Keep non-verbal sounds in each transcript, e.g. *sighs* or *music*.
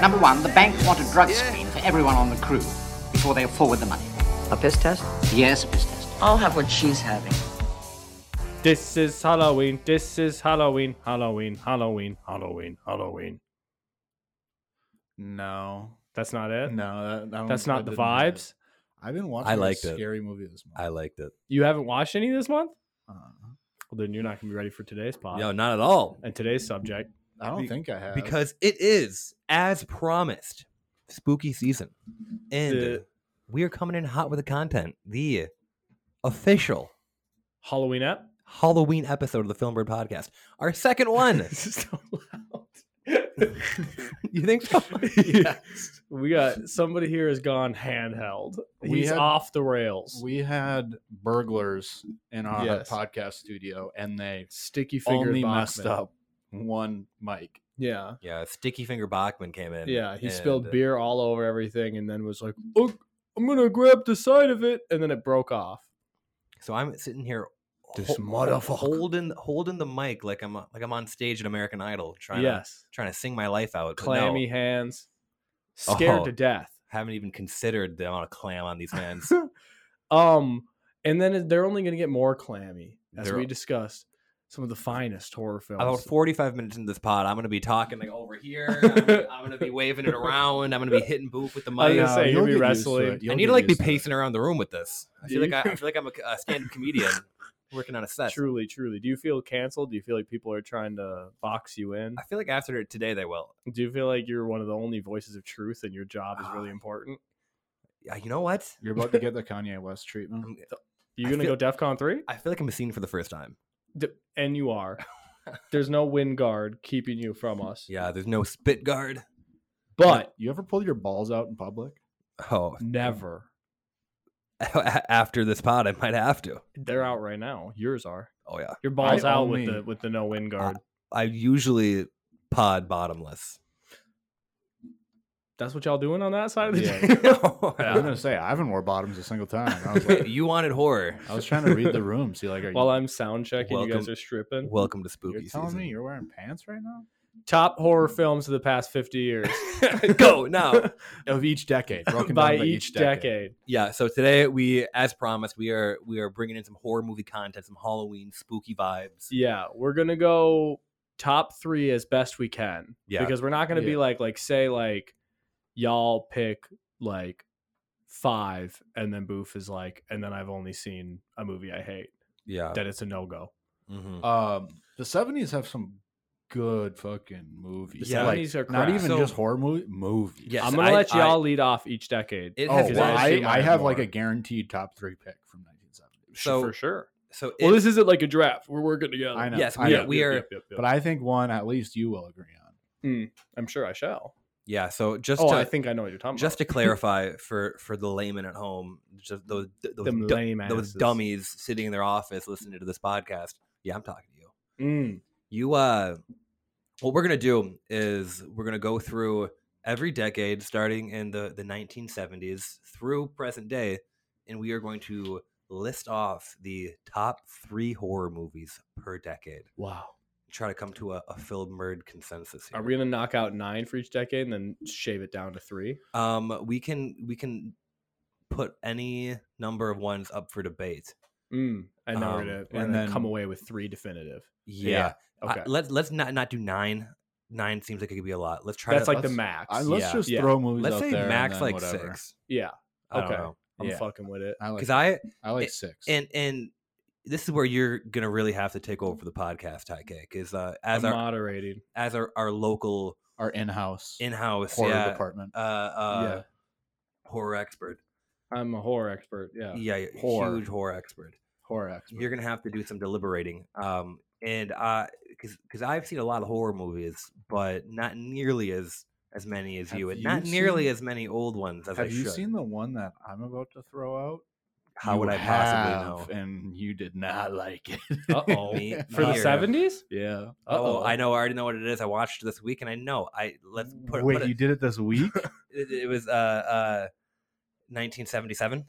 Number one, the bank want a drug screen for everyone on the crew before they forward the money. A piss test? Yes, a piss test. I'll have what she's having. This is Halloween. This is Halloween. Halloween. Halloween. Halloween. Halloween. No, That's not it. no, that, that That's one's- I not the didn't get it. vibes. I've been watching I a liked it. scary movie this month. I liked it. You haven't watched any this month. Uh, Well, then you're not gonna be ready for today's pod No, not at all. and today's subject. I don't Be- think I have Because it is, as promised, spooky season. And Yeah. we are coming in hot with the content. The official Halloween app. Halloween episode of the Filmbird podcast. Our second *laughs* one. this is so loud. *laughs* you *laughs* think so? yes. We got somebody here has gone handheld. We He's had- off the rails. we had burglars in our Yes. podcast studio, and they Sticky figure only Bachman. messed up one mic. Yeah. Yeah, Sticky Finger Bachman came in. Yeah, he and- spilled beer all over everything and then was like, "Look, I'm going to grab the side of it." And then it broke off. So I'm sitting here This hol- motherfucker. holding holding the mic like I'm like I'm on stage at American Idol trying to yes. trying to sing my life out. but no, Clammy hands. Scared Oh. to death. haven't even considered the amount of clam on these hands. *laughs* Um and then it- they're only going to get more clammy as They're- we discussed some of the finest horror films. About 45 minutes into this pod, I'm going to be talking like over here. I'm, going to be waving it around. I'm going to be hitting booth with the I was gonna mic. No, say, uh, you'll you'll be get used to wrestling. it. You'll I need get to like be used it. pacing around the room with this. I feel Do like I, *laughs* you? I feel like I'm a, a stand-up comedian working on a set. Truly, truly. Do you feel canceled? Do you feel like people are trying to box you in? I feel like after today they will. Do you feel like you're one of the only voices of truth and your job is Ah. really important? Yeah, You know what? You're about to get the Kanye West *laughs* treatment. I'm- You're I going to feel- go DEF CON 3? I feel like I'm seen for the first time. D- and you *laughs* are. There's no wind guard keeping you from us. Yeah, there's no spit guard. But you ever pull your balls out *laughs* in public? Oh, *laughs* never. a- after this pod, I might have to. They're out right now. Yours are. Oh yeah, Your balls I out with only- the with the no wind guard. I usually *laughs* pod bottomless. *laughs* That's what y'all doing on that side of the *laughs* Yeah. table? I was gonna say I haven't wore bottoms a single time. I was *laughs* like, you wanted horror. I was trying to read the room, see like, are you, While I'm sound checking, you guys Welcome- are stripping. Welcome to spooky you're telling season. me you're wearing pants right now? Top horror films of the past 50 *laughs* years. Go now. Of each *laughs* decade, broken by down by each decade. Yeah. So today we, as promised, we are we are bringing in some horror movie content, some Halloween spooky vibes. Yeah, we're going to go top 3 as best we can. Yeah. Because we're not going to be Yeah. like like say like y'all pick like 5 and then Boof is like and then I've only seen a movie I hate. Yeah. That it's a no-go. hmm Um, the seventies have some good fucking movies. The Yeah, like, 70s are not crap. even So- just horror movie movies. Yes, I'm gonna I- let I- y'all lead off each decade. It Oh, has Because well, I I, assume I I have have like more. a guaranteed top three pick from 1970. So- for sure. So Well, it- this isn't like a draft. We're working together. I know. Oh, yes, I we, know. we are. But I think one at least you will agree on. I'm sure I shall. Yeah. So just oh, to, I think I know what you're talking *laughs* just to about. clarify for for the layman at home, just those those, Them du- lame those asses. dummies sitting in their office listening to this podcast. Yeah, I'm talking to you. Mm, You uh what we're gonna do is we're gonna go through every decade starting in the, the 1970s through present day, and we are going to list off the top three horror movies per decade. wow. Try to come to a, a Phil Murd consensus here. Are we gonna knock out nine for each decade and then shave it down to three? um we can we can put any number of ones up for debate. Mm. And now we're Um, gonna, we're and gonna then- come away with three definitive. Yeah. Okay. Uh, let's let's not not do nine. Nine seems like it could be a lot. Let's try That's to like the let's- max. I, let's Yeah. just Yeah. throw movies let's out say there and max then like whatever. six. yeah. I don't Okay. know. I'm Yeah. fucking with it. I like, Because I I like it- six. and and this is where you're gonna really have to take over for the podcast high cake is uh as I'm our moderating. as our, our local Our in-house in-house horror yeah, department. uh, uh Yeah. horror expert I'm a horror expert. Yeah. yeah, yeah, Horror. huge horror expert Horror expert. you're gonna have to do some deliberating um and uh because i've seen a lot of horror movies but not nearly as as many as Have you and you not nearly seen- as many old ones as i Have you should. seen the one that I'm about to throw out? how You would i have, *laughs* possibly know And you did not *laughs* like it. Uh-oh. Me For the neither. seventies? Yeah. Oh, I know. I already know what it is. I watched it this week, and I know. I let's put, Wait, put it- you did it this week? It, it was uh uh 1977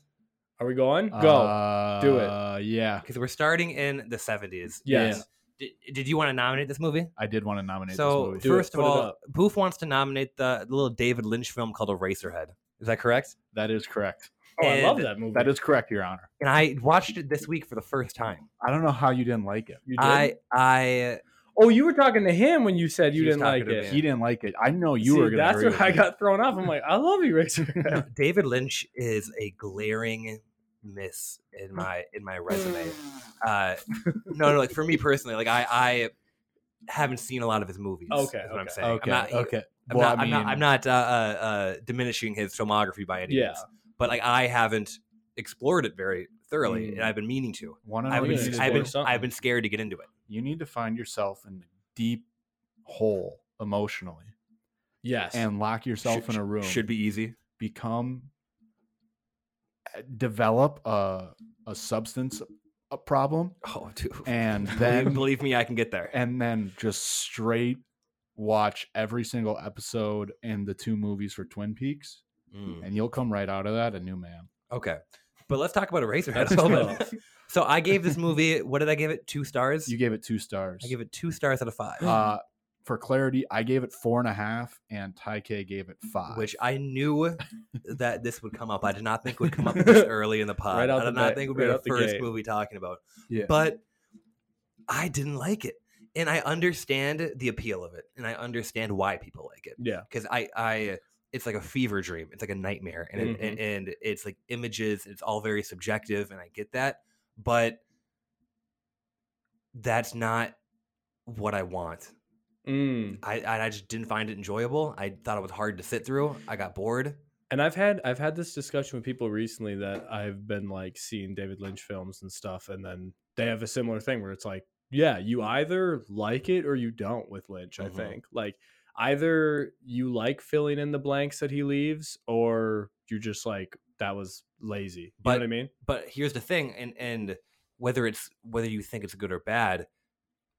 Are we going? Go. do it. Uh, Yeah. because we're starting in the 70s. Yes. Did, did you want to nominate this movie? I did want to nominate so this movie. Do it. first Put of it all, up. Booth wants to nominate the little David Lynch film called Eraserhead. Is that correct? That is correct. Oh, I love And- that movie. That is correct, Your Honor. And I watched it this week for the first time. I don't know how you didn't like it. You did? I I oh, you were talking to him when you said you He was didn't like talking to it. me. He didn't like it. I know you See, were going to. That's where I got thrown off. I'm like, I love *laughs* Eraser. David Lynch is a glaring miss in my in my *sighs* resume. Uh, no, no, like for me personally, like I I haven't seen a lot of his movies. Okay, is what I'm okay. saying. Okay. I'm not, okay. I'm, well, not, I I am mean, not. I'm not uh, uh, uh, diminishing his filmography by any yeah. means, but like I haven't explored it very thoroughly, Mm. and I've been meaning to. One I've on you been, need to I've, explore been, something. I've been scared to get into it. you need to find yourself in a deep hole emotionally *laughs* Yes. and lock yourself Should- in a room. Should be easy. become eh, develop a a substance a problem Oh, *laughs* *laughs* dude. and believe, then believe me, I can *laughs* get there. and then just straight watch every single episode and the two movies for Twin Peaks Mm. and you'll come right out of that a new man. Okay. But let's talk about Eraserhead. That's a little cool. bit. So I *laughs* gave this movie, what did I give it? Two stars? You gave it two stars. I give it two stars out of *gasps* five, uh for clarity, I gave it four and a half and Ty K gave it five. Mm, which I knew that this would come up. I did not think it would come *laughs* up this early in the pod. Right out the I did not bat- think it would be right our out the first gate. movie talking about. Yeah. But I didn't like it. And I understand the appeal of it. And I understand why people like it. yeah. because I, I, it's like a fever dream. It's like a nightmare, and it, Mhm. and, and it's like images. It's all very subjective, and I get that, but that's not what I want. Mm. I, I I just didn't find it enjoyable. I thought it was hard to sit through. I got bored. And I've had I've had this discussion with people recently that I've been like seeing David Lynch films and stuff, and then they have a similar thing where it's like, yeah, you either like it or you don't with Lynch. Mhm. I think like either you like filling in the blanks that he leaves, or you're just like that was lazy. You know But- what I mean? But here's the thing, and and whether it's whether you think it's good or bad,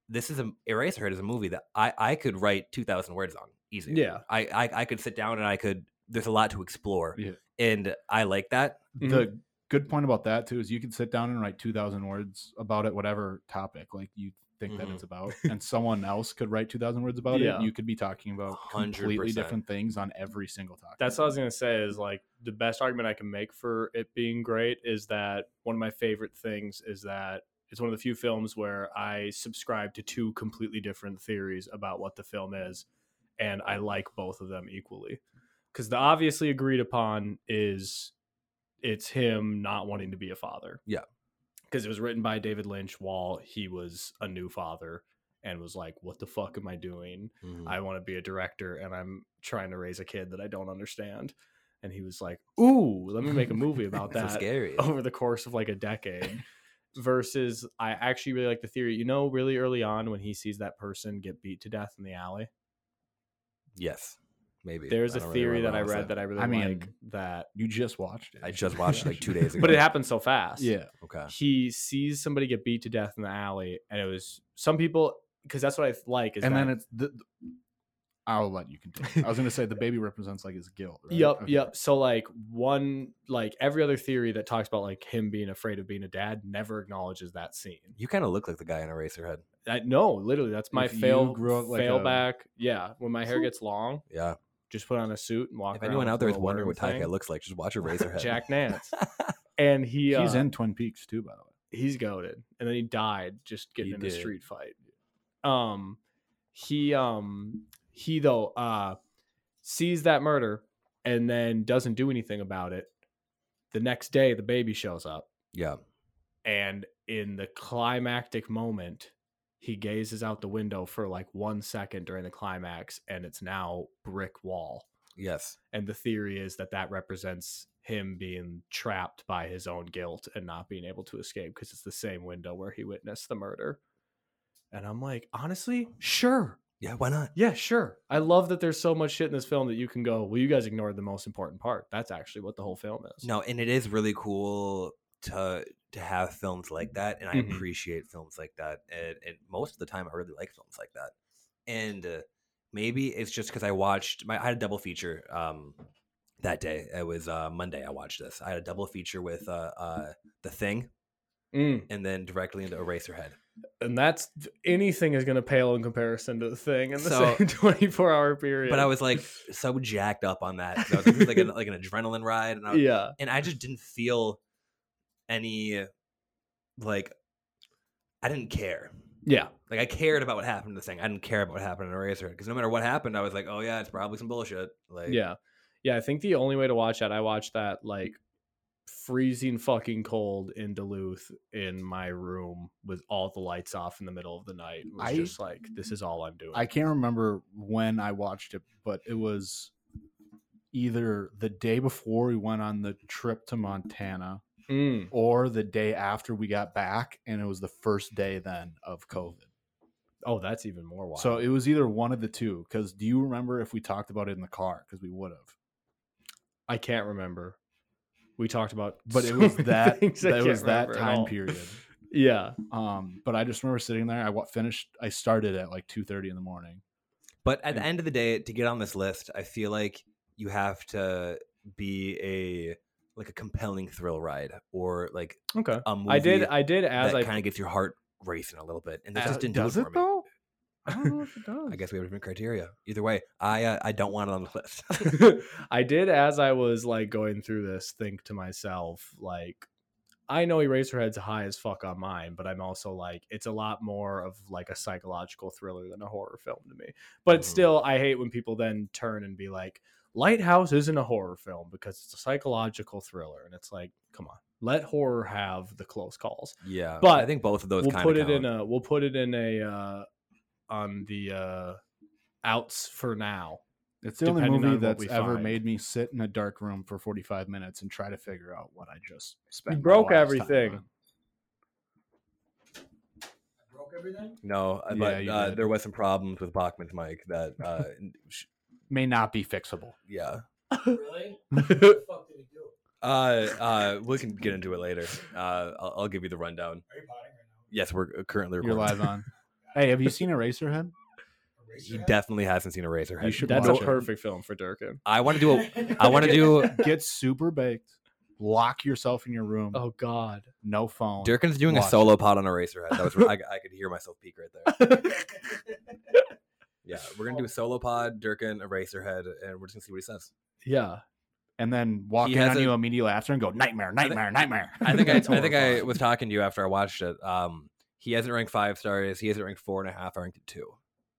this is a Eraserhead is a movie that I I could write two thousand words on easy. Yeah. I, I I could sit down and I could. There's a lot to explore, Yeah. and I like that. Mhm. the good point about that too is you can sit down and write 2000 words about it whatever topic like you think that Mhm. it's about and someone else could write 2000 words about it Yeah. and you could be talking about completely 100%. different things on every single topic That's what I was gonna say. Is like the best argument I can make for it being great is that one of my favorite things is that it's one of the few films where I subscribe to two completely different theories about what the film is, and I like both of them equally. Because the obviously agreed upon is it's him not wanting to be a father. Yeah. Because it was written by David Lynch while he was a new father and was like, "What the fuck am I doing?" I want to be a director and I'm trying to raise a kid that I don't understand. And he was like, Ooh, let me make a movie about That's *laughs* so that *laughs* scary. over the course of like a decade. Versus, I actually really like the theory. You know, really early on when he sees that person get beat to death in the alley, Yes, maybe. there's a a theory that I read that I really I mean- like that, you just watched it I just watched it like *laughs* two days ago. but it happened so fast. yeah Okay. He sees somebody get beat to death in the alley, and it was some people because that's what I like. Is and that, then it's the, i'll let you continue i was gonna say *laughs* the baby represents like his guilt right? Yep, Okay. yep. So like one like every other theory that talks about like him being afraid of being a dad never acknowledges that scene. You kind of look like the guy in Eraserhead. I, no, literally that's my If you fail grew up like fail a- back. Yeah, when my hair gets long, Yeah. just put on a suit and walk. If around anyone with out a there is little wondering worm what Tyke thing. looks like, just watch *laughs* Eraserhead. Jack *laughs* Nance, and he uh, he's he's in twin peaks too by the way he's goaded, and then he died just getting He in a did. street fight. Um, he um he though uh sees that murder and then doesn't do anything about it. The next day, the baby shows up. yeah. and in the climactic moment he gazes out the window for like one second during the climax and it's now brick wall Yes. and the theory is that that represents him being trapped by his own guilt and not being able to escape because it's the same window where he witnessed the murder and i'm like honestly sure Yeah. Why not? yeah sure i love that there's so much shit in this film that you can go well you guys ignored the most important part that's actually what the whole film is No, and it is really cool to to have films like that, and I Mhm. appreciate films like that. And, and most of the time, I really like films like that. And uh, maybe it's just because I watched my I had a double feature um, that day. It was uh, Monday. I watched this. I had a double feature with uh, uh, The Thing Mm. and then directly into Eraserhead. and that's anything is going to pale in comparison to the thing in the So- same *laughs* 24 hour period. But I was like so jacked up on that. 'cause I was like, it was like, an, like an adrenaline ride, and I, yeah, and I just didn't feel any like I didn't care. yeah, Like I cared about what happened to the thing. I didn't care about what happened to Eraserhead because no matter what happened, I was like, oh yeah, it's probably some bullshit. Like yeah, yeah. I think the only way to watch that, I watched that like freezing fucking cold in Duluth in my room with all the lights off in the middle of the night. It was I- Mm. just like this is all I'm doing. I can't remember when I watched it, but it was either the day before we went on the trip to Montana Mm, or the day after we got back and it was the first day then of COVID. Oh, that's even more wild. So it was either one of the two cuz do you remember if we talked about it in the car cuz we would have. I can't remember. We talked about, But *laughs* it so was many that things I that was can't that remember at time all. period. *laughs* Yeah, Um but I just remember sitting there I wa- finished I started at like 2:30 in the morning. But at the And- end of the day, to get on this list, I feel like you have to be a like a compelling thrill ride or like okay. a movie I did. I did as that I kind of gets your heart racing a little bit, and that Uh, just didn't does do it for it me. though? I *laughs* don't know if it does. I guess we have different criteria. Either way, I uh, I don't want it on the list. *laughs* *laughs* I did as I was like going through this think to myself like I know Eraserhead's high as fuck on mine, but I'm also like it's a lot more of like a psychological thriller than a horror film to me. But Mhm. still I hate when people then turn and be like Lighthouse isn't a horror film because it's a psychological thriller and it's like come on. Let horror have the close calls yeah, But I think both of those. we'll kinda put it in count. a we'll put it in a uh on the uh outs for now It's the only depending on movie what that's we ever find. made me sit in a dark room for 45 minutes and try to figure out what I just spent. my broke wife's time everything. on. no, uh, Yeah, but you uh, did. there was some problems with Bachman's mic that uh, *laughs* sh- May not be fixable. yeah. *laughs* Really? what the fuck did he do? Uh, uh, we can get into it later. Uh, I'll, I'll give you the rundown. Are you potting right now? Yes, we're uh, currently You're recording. live on. *laughs* hey, have you seen Eraserhead? Erase He your head? definitely hasn't seen Eraserhead. You should that's a watch it. perfect film for Durkin I want to do *laughs* a. I want to do. Get super baked. Lock yourself in your room. oh god No phone. Durkin's doing Watch. a solo pod on Eraserhead. That was. I, I could hear myself peek right there. *laughs* Yeah, we're gonna do a solo pod, Durkin, Eraserhead, and we're just gonna see what he says. yeah And then walk He in has on a- you immediately after and go nightmare, nightmare, nightmare. I *laughs* think *laughs* I, That's I think I horrifying. was talking to you after I watched it. Um, he hasn't ranked five stars. He hasn't ranked four and a half. I ranked it two.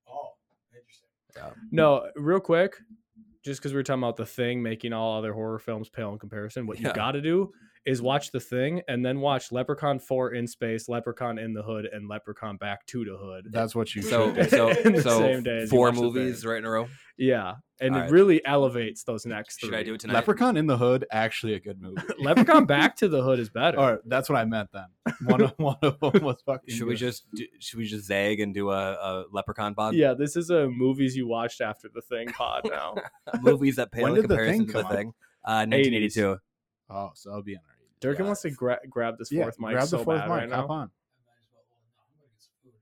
Oh, interesting. Yeah. No, real quick, just because we were talking about the thing making all other horror films pale in comparison, what you Yeah. got to do is watch the thing and then watch Leprechaun Four in Space, Leprechaun in the Hood, and Leprechaun Back to the Hood. That's what you So should do. so *laughs* In the so same day as you four watch The Thing. movies right in a row. yeah, and it Alright. really elevates those next. Three. Should I do *laughs* it tonight? Leprechaun in the Hood, actually a good movie. Leprechaun *laughs* Back to the Hood is better. Or that's what I meant then. *laughs* One of, one of them was fucking. Should we good. just do, should we just zag and do a, a Leprechaun pod? Yeah, this is a movies you watched after the thing pod now. *laughs* Movies that pale When in did The comparison Thing to the come out? thing. Uh, 1982. Oh, so I'll be in our. Durkin Yeah. wants to gra- grab this fourth mic so bad right hop now. on. I might as well.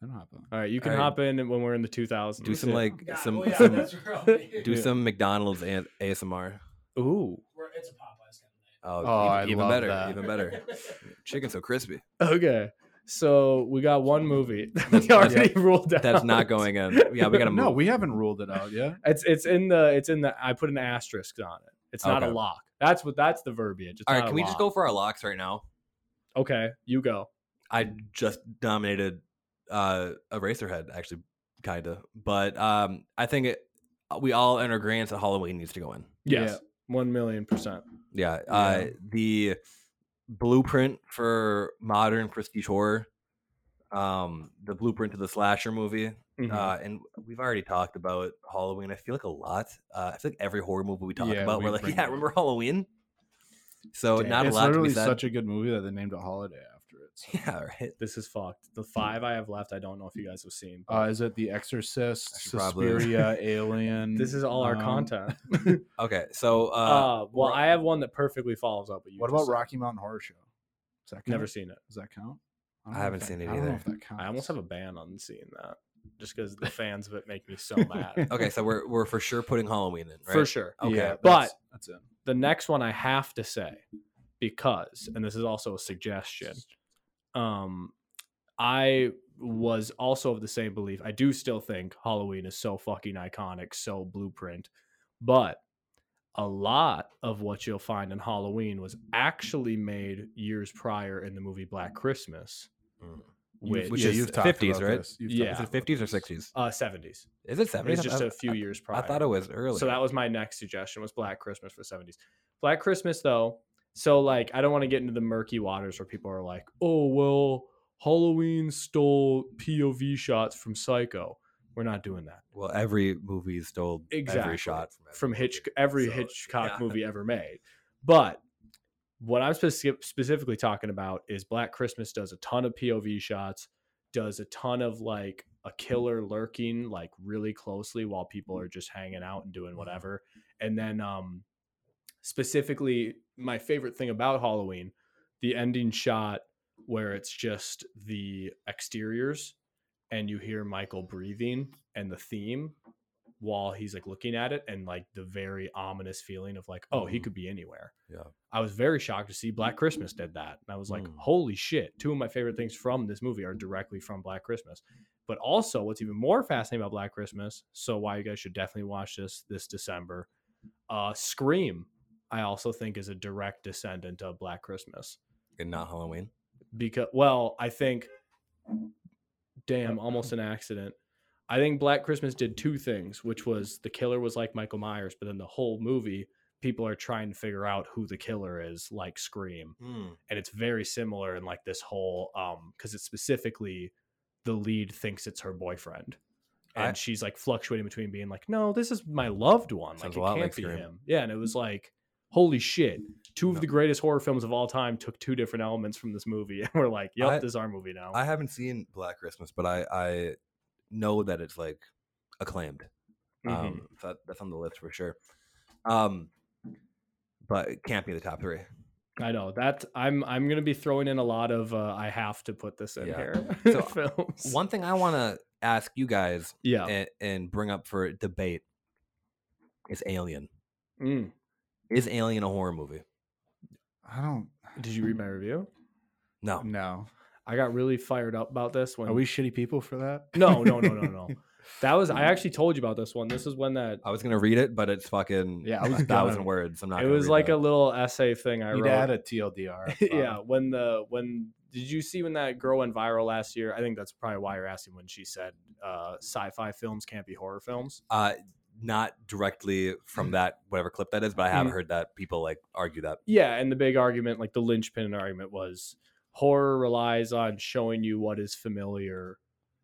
Well, no, I'm going to get some food. I'm hungry. Then hop on. All right, you can Alright. hop in when we're in the 2000s. Do some like God, some, oh, yeah, some that's where I'll be. *laughs* do some McDonald's a- ASMR. ooh. We're- It's a Popeyes kind of night. Oh, even, I even love better, that. even better. *laughs* Chicken so crispy. Okay. So we got one movie *laughs* that we That's- already ruled down. That's not going *laughs* in. Yeah, we got to move. No, we haven't ruled it out yet. It's it's in the it's in the I put an asterisk on it. It's not a Okay. lock. That's what that's the verbiage. It's All right, not a can we just go lock. for our locks right now? Okay, you go. I just dominated uh Eraserhead actually kind of. But um I think it, uh, we all in agreement that Halloween needs to go in. Yes. One million percent. Yeah. Uh the blueprint for modern prestige horror um the blueprint to the slasher movie Mm-hmm. Mm-hmm. uh and we've already talked about halloween i feel like a lot uh i feel like every horror movie we talk Yeah, about we we're like *laughs* bring yeah it up. remember halloween so Damn. not it's a lot to literally be said such a good movie that they named a holiday after it. so- *laughs* yeah right this is fucked. The five I have left, I don't know if you guys have seen. but Uh, is it The Exorcist, I should probably- Suspiria, Alien? this is all our um, content. okay so *laughs* Uh, uh, well, Ro- I have one that perfectly follows up. What you What just about said. Rocky Mountain Horror Show? Does that count? Never seen it. Does that count? I don't know if haven't that- seen it I don't know either. if that counts. I almost *laughs* have a ban on seeing that, just because the fans of it make me *laughs* so mad. okay so we're we're for sure putting halloween in right For sure. okay Yeah, But- that's- that's it. the next one I have to say because, and this is also a suggestion. Um, I was also of the same belief. I do still think Halloween is so fucking iconic, so blueprint. But a lot of what you'll find in Halloween was actually made years prior in the movie Black Christmas, Mm. which, Which yeah, is you've talked 50s, about right? this. You've Yeah. Is talked it about 50s or this. 60s? uh, 70s. Is it It 70s? was I just thought- a few years I prior. thought it was early. So that was my next suggestion was Black Christmas for 70s. Black Christmas though. So like I don't want to get into the murky waters where people are like, "Oh, well, Halloween stole POV shots from Psycho." We're not doing that. well, every movie stole Exactly. every shot from, every From movie. Hitch every So, Hitchcock yeah. movie *laughs* ever made. But what I'm speci- specifically talking about is Black Christmas does a ton of POV shots, does a ton of like a killer lurking like really closely while people are just hanging out and Mm-hmm. doing whatever. And then um specifically my favorite thing about Halloween, the ending shot where it's just the exteriors and you hear Michael breathing and the theme while he's like looking at it and like the very ominous feeling of like, oh, he Mhm. could be anywhere. Yeah. I was very shocked to see Black Christmas did that. And I was like, Mm. holy shit, two of my favorite things from this movie are directly from Black Christmas. But also, what's even more fascinating about Black Christmas, so why you guys should definitely watch this this December, uh, Scream, I also think is a direct descendant of Black Christmas. and not Halloween. Because, well, I think, damn, almost an accident. I think Black Christmas did two things, which was the killer was like Michael Myers, but then the whole movie, people are trying to figure out who the killer is, like Scream and it's very similar in like this whole um because it's specifically the lead thinks it's her boyfriend and I- she's like fluctuating between being like no this is my loved one like Sounds it a lot can't like be Scream. him yeah and it was like holy shit two of No. the greatest horror films of all time took two different elements from this movie *laughs* and we're like yep I- this is our movie now I haven't seen Black Christmas, but I I know that it's like acclaimed. Mhm. Um, so that- that's on the list for sure. Um, but it can't be the top three. i know that i'm i'm gonna be throwing in a lot of uh, i have to put this in Yeah. here *laughs* So, films One thing I want to ask you guys yeah and, and bring up for debate is Alien. Mm. Is Alien a horror movie? I don't did you read my review No. know. i got really fired up about this Um, when Are we shitty people for that? *laughs* No, no, *laughs* no, no, no. That was I actually told you about this one. This is when that I was gonna read it, but it's fucking Yeah, I a was thousand gonna- words. I'm not. it gonna was read like that. a little essay thing I You'd wrote. add a TLDR. at the *laughs* yeah, bottom. when the when did you see when that girl went viral last year? I think that's probably why you're asking when she said uh, sci-fi films can't be horror films. uh, not directly from that whatever clip that is, but I have Mm. heard that people like argue that. Yeah, and the big argument, like the linchpin argument, was horror relies on showing you what is familiar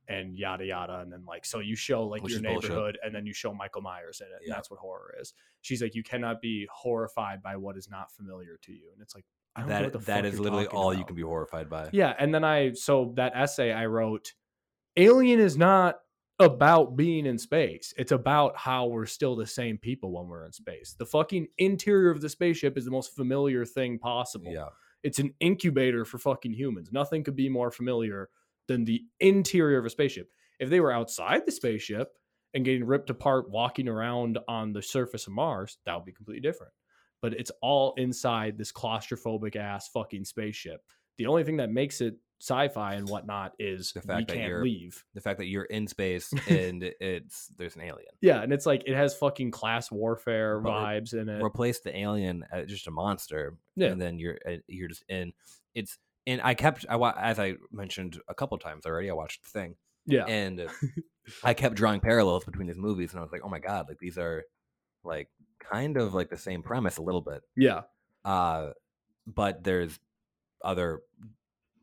and yada yada, and then like so you show like Which your is bullshit. neighborhood, and then you show Michael Myers in it. And Yeah. that's what horror is. She's like, you cannot be horrified by what is not familiar to you, and it's like I don't know what the That that fuck is you're literally talking all you about. can be horrified by. Yeah, and then I so that essay I wrote, Alien is not about being in space. It's about how we're still the same people when we're in space. The fucking interior of the spaceship is the most familiar thing possible. yeah. It's an incubator for fucking humans. Nothing could be more familiar than the interior of a spaceship. If they were outside the spaceship and getting ripped apart walking around on the surface of Mars, that would be completely different. But it's all inside this claustrophobic ass fucking spaceship. The only thing that makes it sci-fi and whatnot is The fact we that can't you're- leave. the fact that you're *laughs* in space and it's there's an alien. Yeah, and it's like it has fucking class warfare But re- vibes in it. Replace the alien as just a monster, Yeah. and then you're uh, you're just in. It's and I kept I wa- as I mentioned a couple times already. I watched the thing yeah. *laughs* and I kept drawing parallels between these movies, and I was like, oh my god, like these are like kind of like the same premise a little bit. yeah. uh but there's other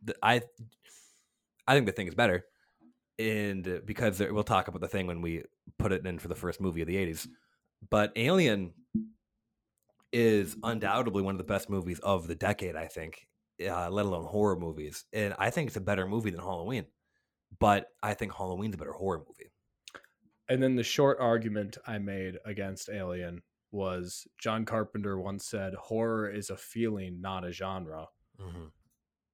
th- i i think the thing is better and because there, we'll talk about the thing when we put it in for the first movie of the 80s but alien is undoubtedly one of the best movies of the decade i think uh, let alone horror movies and i think it's a better movie than halloween but i think halloween's a better horror movie And then the short argument I made against Alien was John Carpenter once said, horror is a feeling, not a genre. Mm-hmm.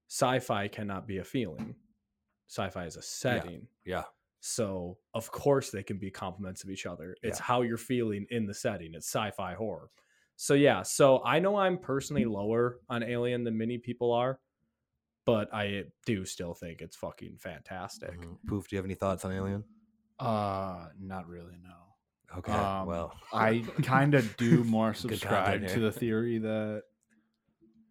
Sci fi cannot be a feeling, sci fi is a setting. yeah So, of course, they can be complements of each other. It's Yeah. how you're feeling in the setting, it's sci fi horror. So, yeah, so I know I'm personally lower on Alien than many people are. but I do still think it's fucking fantastic. Mhm. Mm-hmm. Poof, do you have any thoughts on Alien? Uh, not really. No. Okay, Um, well, *laughs* I kind *laughs* of do more Good content subscribe to here. the theory that,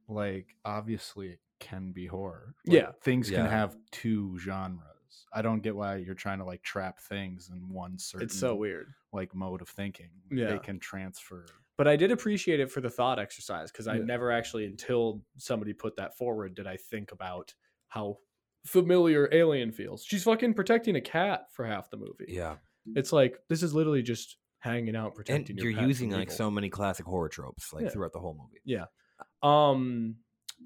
like, obviously it can be horror. Like, Yeah. things Yeah. can have two genres. I don't get why you're trying to like trap things in one certain It's Mm-hmm. so weird. like mode of thinking. Yeah. they can transfer. But I did appreciate it for the thought exercise because I Yeah. never actually, until somebody put that forward, did I think about how familiar Alien feels. She's fucking protecting a cat for half the movie. yeah, It's like this is literally just hanging out and protecting. you're your pet using from like evil. so many classic horror tropes like Yeah. throughout the whole movie. Um,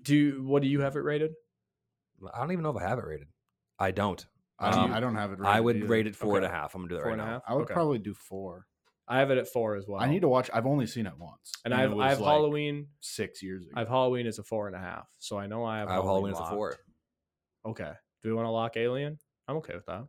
do what do you have it rated? I don't even know if I have it rated. I don't. I don't, Um, I don't have it. I rated would either. rate it four and a Okay. half. I'm gonna do that Four right and a now. half. I would Okay. probably do four. I have it at four as well. I need to watch. I've only seen it once, And I have it I was, have like, Halloween. six years ago. I have Halloween as a four and a half. So I know I have. I have Halloween as a locked. four. Okay. Do we want to lock Alien? I'm okay with *laughs* that.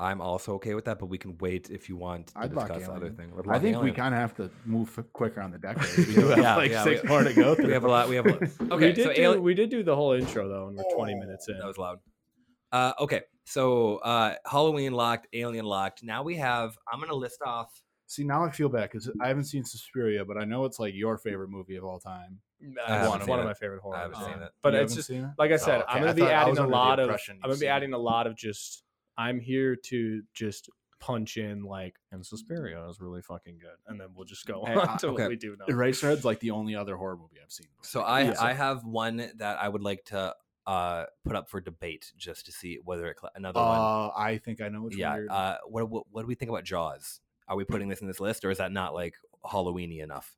I'm also okay with that, but we can wait if you want to I'd lock discuss other Alien. things. I think we *laughs* kind of have to move f- *laughs* quicker on the decade. We Yeah, have like yeah, six we- more to go through. *laughs* we have a lot. We have a lot. Okay, we did so do, Ali- we did do the whole intro though, and we're Oh. 20 minutes in. *laughs* That was loud. Uh, okay, so uh, Halloween locked, Alien locked. Now we have. I'm gonna list off. *laughs* See, now I feel bad because I haven't seen Suspiria, but I know it's like your favorite movie of all time. Um, I it's haven't one, seen one of it. my favorite horror. I haven't movies. seen it. But You it's haven't just seen it? like I said, Oh, okay. I'm gonna I be thought- I adding was a under the lot of. impression I'm you've gonna be seen adding it. a lot of just. I'm here to just punch in like, and Suspiria is really fucking good, and then we'll just go *laughs* Hey, on I- to okay. what we do now. Eraserhead's like the only other horror movie I've seen. So I Yeah. I have one that I would like to uh, put up for debate just to see whether it cl- another one. Uh, I think I know which yeah. one. You're... Uh, what, what what do we think about Jaws? Are we putting this in this list, or is that not like Halloweeny enough?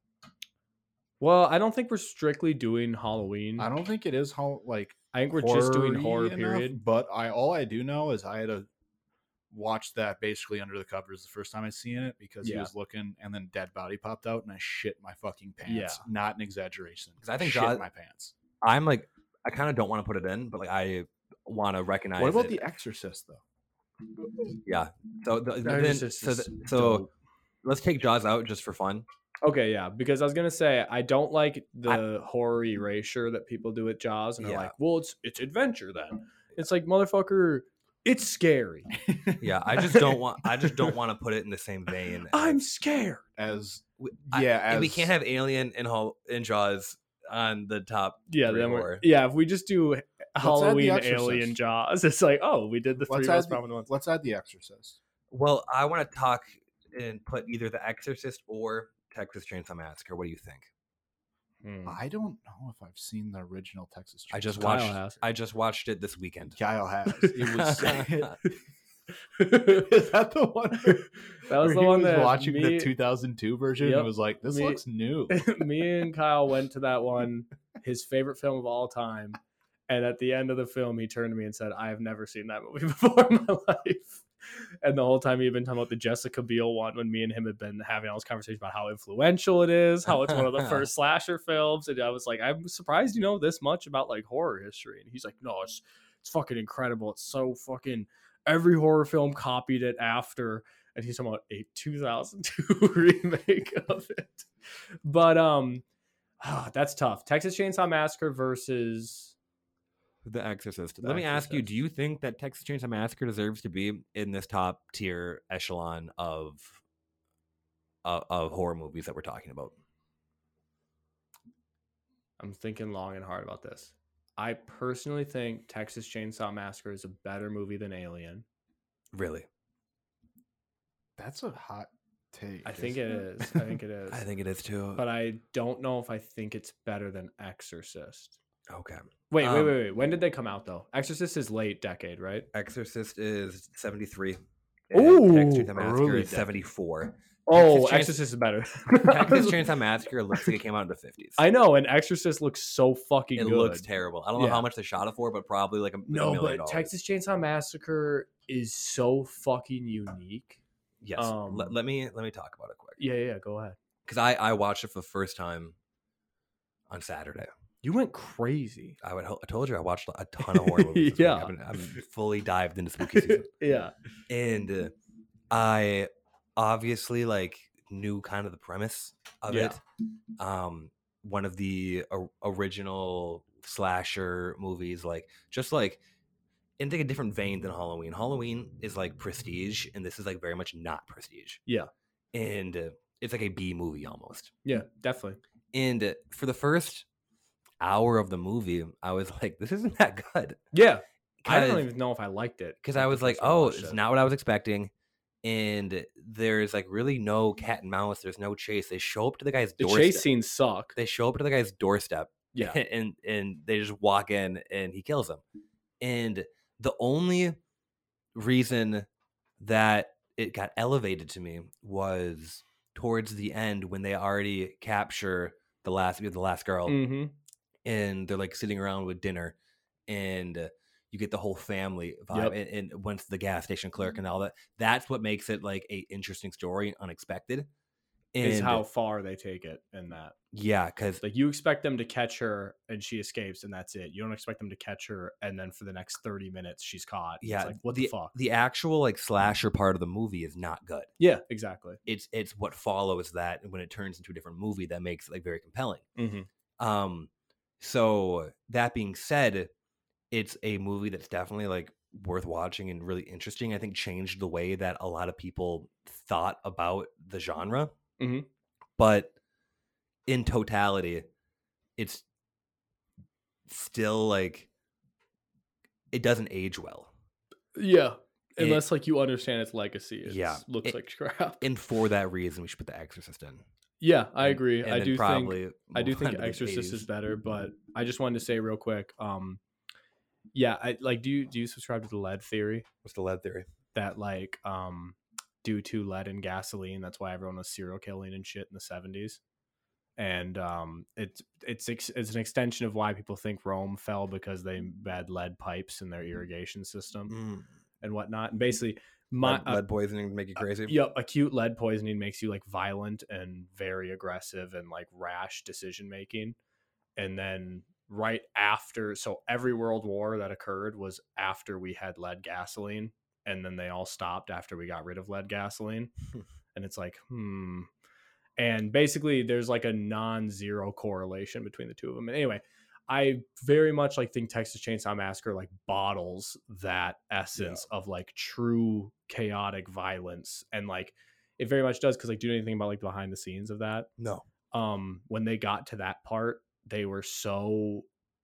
Well, I don't think we're strictly doing Halloween. I I, don't think it is ho- like think we're just doing horror. horror-y enough, Period. But I all I do know is I had to watch that basically under the covers the first time I seen it because he Yeah. was looking, and then dead body popped out, and I shit my fucking pants. Yeah. Not an exaggeration. 'Cause I think shit Jaws- my pants. I'm like I kind of don't want to put it in, but like I want to recognize. What about it. The Exorcist though? Yeah. So the, That then, is just so, s- the, so let's take Jaws out just for fun. Okay, yeah, because I was gonna say I don't like the horror erasure that people do at Jaws, and they're Yeah. like, "Well, it's it's adventure then." It's like motherfucker, it's scary. Yeah, I just don't want. I just don't want to put it in the same *laughs* vein. I'm as- scared. As we- yeah, Oh, and we as- can't have Alien and Hall and Jaws on the top. Yeah, three then we're, horror. yeah. If we just do Halloween, Exorcist. Alien, Jaws, *laughs* it's like, oh, we did the let's three most add the- prominent ones. Let's add The Exorcist. Well, I want to talk and put either The Exorcist or Texas Chainsaw Massacre. What do you think? Hmm. I don't know if I've seen the original Texas. I just Chainsaw watched. Massacre. I just watched it this weekend. Kyle has. It *laughs* was. *laughs* Is that that the one? was where the he one *laughs* was that watching me- the 2002 version. Yep. and was like, this Me- *laughs* looks new. me and Kyle went to that one, his favorite film of all time. And at the end of the film, he turned to me and said, I have never seen that movie *laughs* before in my life. And the whole time he had been talking about the Jessica Biel one when me and him had been having all this conversation about how influential it is, how it's one of the first slasher films. And I was like, I'm surprised you know this much about like horror history. And he's like, No, it's it's fucking incredible. It's so fucking every horror film copied it after and he's talking about a 2002 *laughs* remake of it. But um, ah, that's tough. Texas Chainsaw Massacre versus The Exorcist. The Let me ask you: Exorcist. Do you think that Texas Chainsaw Massacre deserves to be in this top tier echelon of of, of horror movies that we're talking about? I'm thinking long and hard about this. I personally think Texas Chainsaw Massacre is a better movie than Alien. Really, That's a hot take. I think it isn't is. I think *laughs* it is. I think it is too. but I don't know if I think it's better than Exorcist. okay, Wait, wait, Um, wait, wait. When did they come out though? Exorcist is late decade, right? Exorcist is seventy three. Ooh, Texas Chainsaw Massacre early is seventy *laughs* four. Oh, Chains- Exorcist is better. *laughs* *laughs* Texas Chainsaw Massacre looks like it came out in the fifties. I know, and Exorcist looks so fucking It good. looks terrible. I don't know Yeah. how much they shot it for, but probably like a like a No, million but dollars. Texas Chainsaw Massacre is so fucking unique. Yes. um, let, let me let me talk about it quick Yeah, yeah, go ahead. because I I watched it for the first time on Saturday. You went crazy. I would. ho- I told you I watched a ton of horror movies. this week. Yeah. I've been- I'm fully dived into spooky season, *laughs* yeah. and uh, I obviously like knew kind of the premise of Yeah. it. Um, one of the or- original slasher movies, like just like and take a different vein than Halloween. Halloween is like prestige, and this is like very much not prestige. Yeah. and uh, it's like a B movie almost. Yeah, definitely. And uh, for the first hour of the movie, I was like, "This isn't that good." Yeah, I Because- don't even know if I liked it because I the was like, first time I oh, watched it's it. not what I was expecting. And there's like really no cat and mouse. There's no chase. They show up to the guy's The doorstep. chase scenes suck. They show up to the guy's doorstep. Yeah. *laughs* and and they just walk in and he kills them. And the only reason that it got elevated to me was towards the end when they already capture the last the last girl Mm-hmm. and they're like sitting around with dinner and uh, you get the whole family vibe Yep. Mm-hmm. and, and once the gas station clerk and all that that's what makes it like a interesting story and unexpected and Is how far they take it in that. yeah because Like you expect them to catch her and she escapes and that's it. You don't expect them to catch her and then for the next 30 minutes she's caught. It's yeah like what the, the, fuck? the actual like slasher part of the movie is not good yeah, exactly. it's it's what follows that when it turns into a different movie that makes it like very compelling Mm-hmm. Um, so that being said, it's a movie that's definitely like worth watching and really interesting. I think changed the way that a lot of people thought about the genre. Mhm. But in totality, it's still like it doesn't age well. Yeah. It- Unless like you understand its legacy, it Yeah. looks It- like *laughs* crap. And for that reason, we should put The Exorcist in. yeah, I And- agree. and I then do think I move do *laughs* on think to the Mm-hmm. Exorcist is 80s. better, but I just wanted to say real quick. Um, yeah, I like. Do you do you subscribe to the lead theory What's the lead theory? that like um, due to lead and gasoline, that's why everyone was serial killing and shit in the seventies, and um, it's it's ex- it's an extension of why people think Rome fell because they had lead pipes in their irrigation system Mm, and whatnot, and basically my lead, lead poisoning to make you uh, crazy. Yep, acute lead poisoning makes you like violent and very aggressive and like rash decision making. And then right after, so every world war that occurred was after we had lead gasoline, and then they all stopped after we got rid of lead gasoline. and it's like, hmm. And basically, there's like a non-zero correlation between the two of them. And anyway, I very much like think Texas Chainsaw Massacre like bottles that essence of like true chaotic violence and like it very much does because like do you know anything about like behind the scenes of that No. um when they got to that part they were so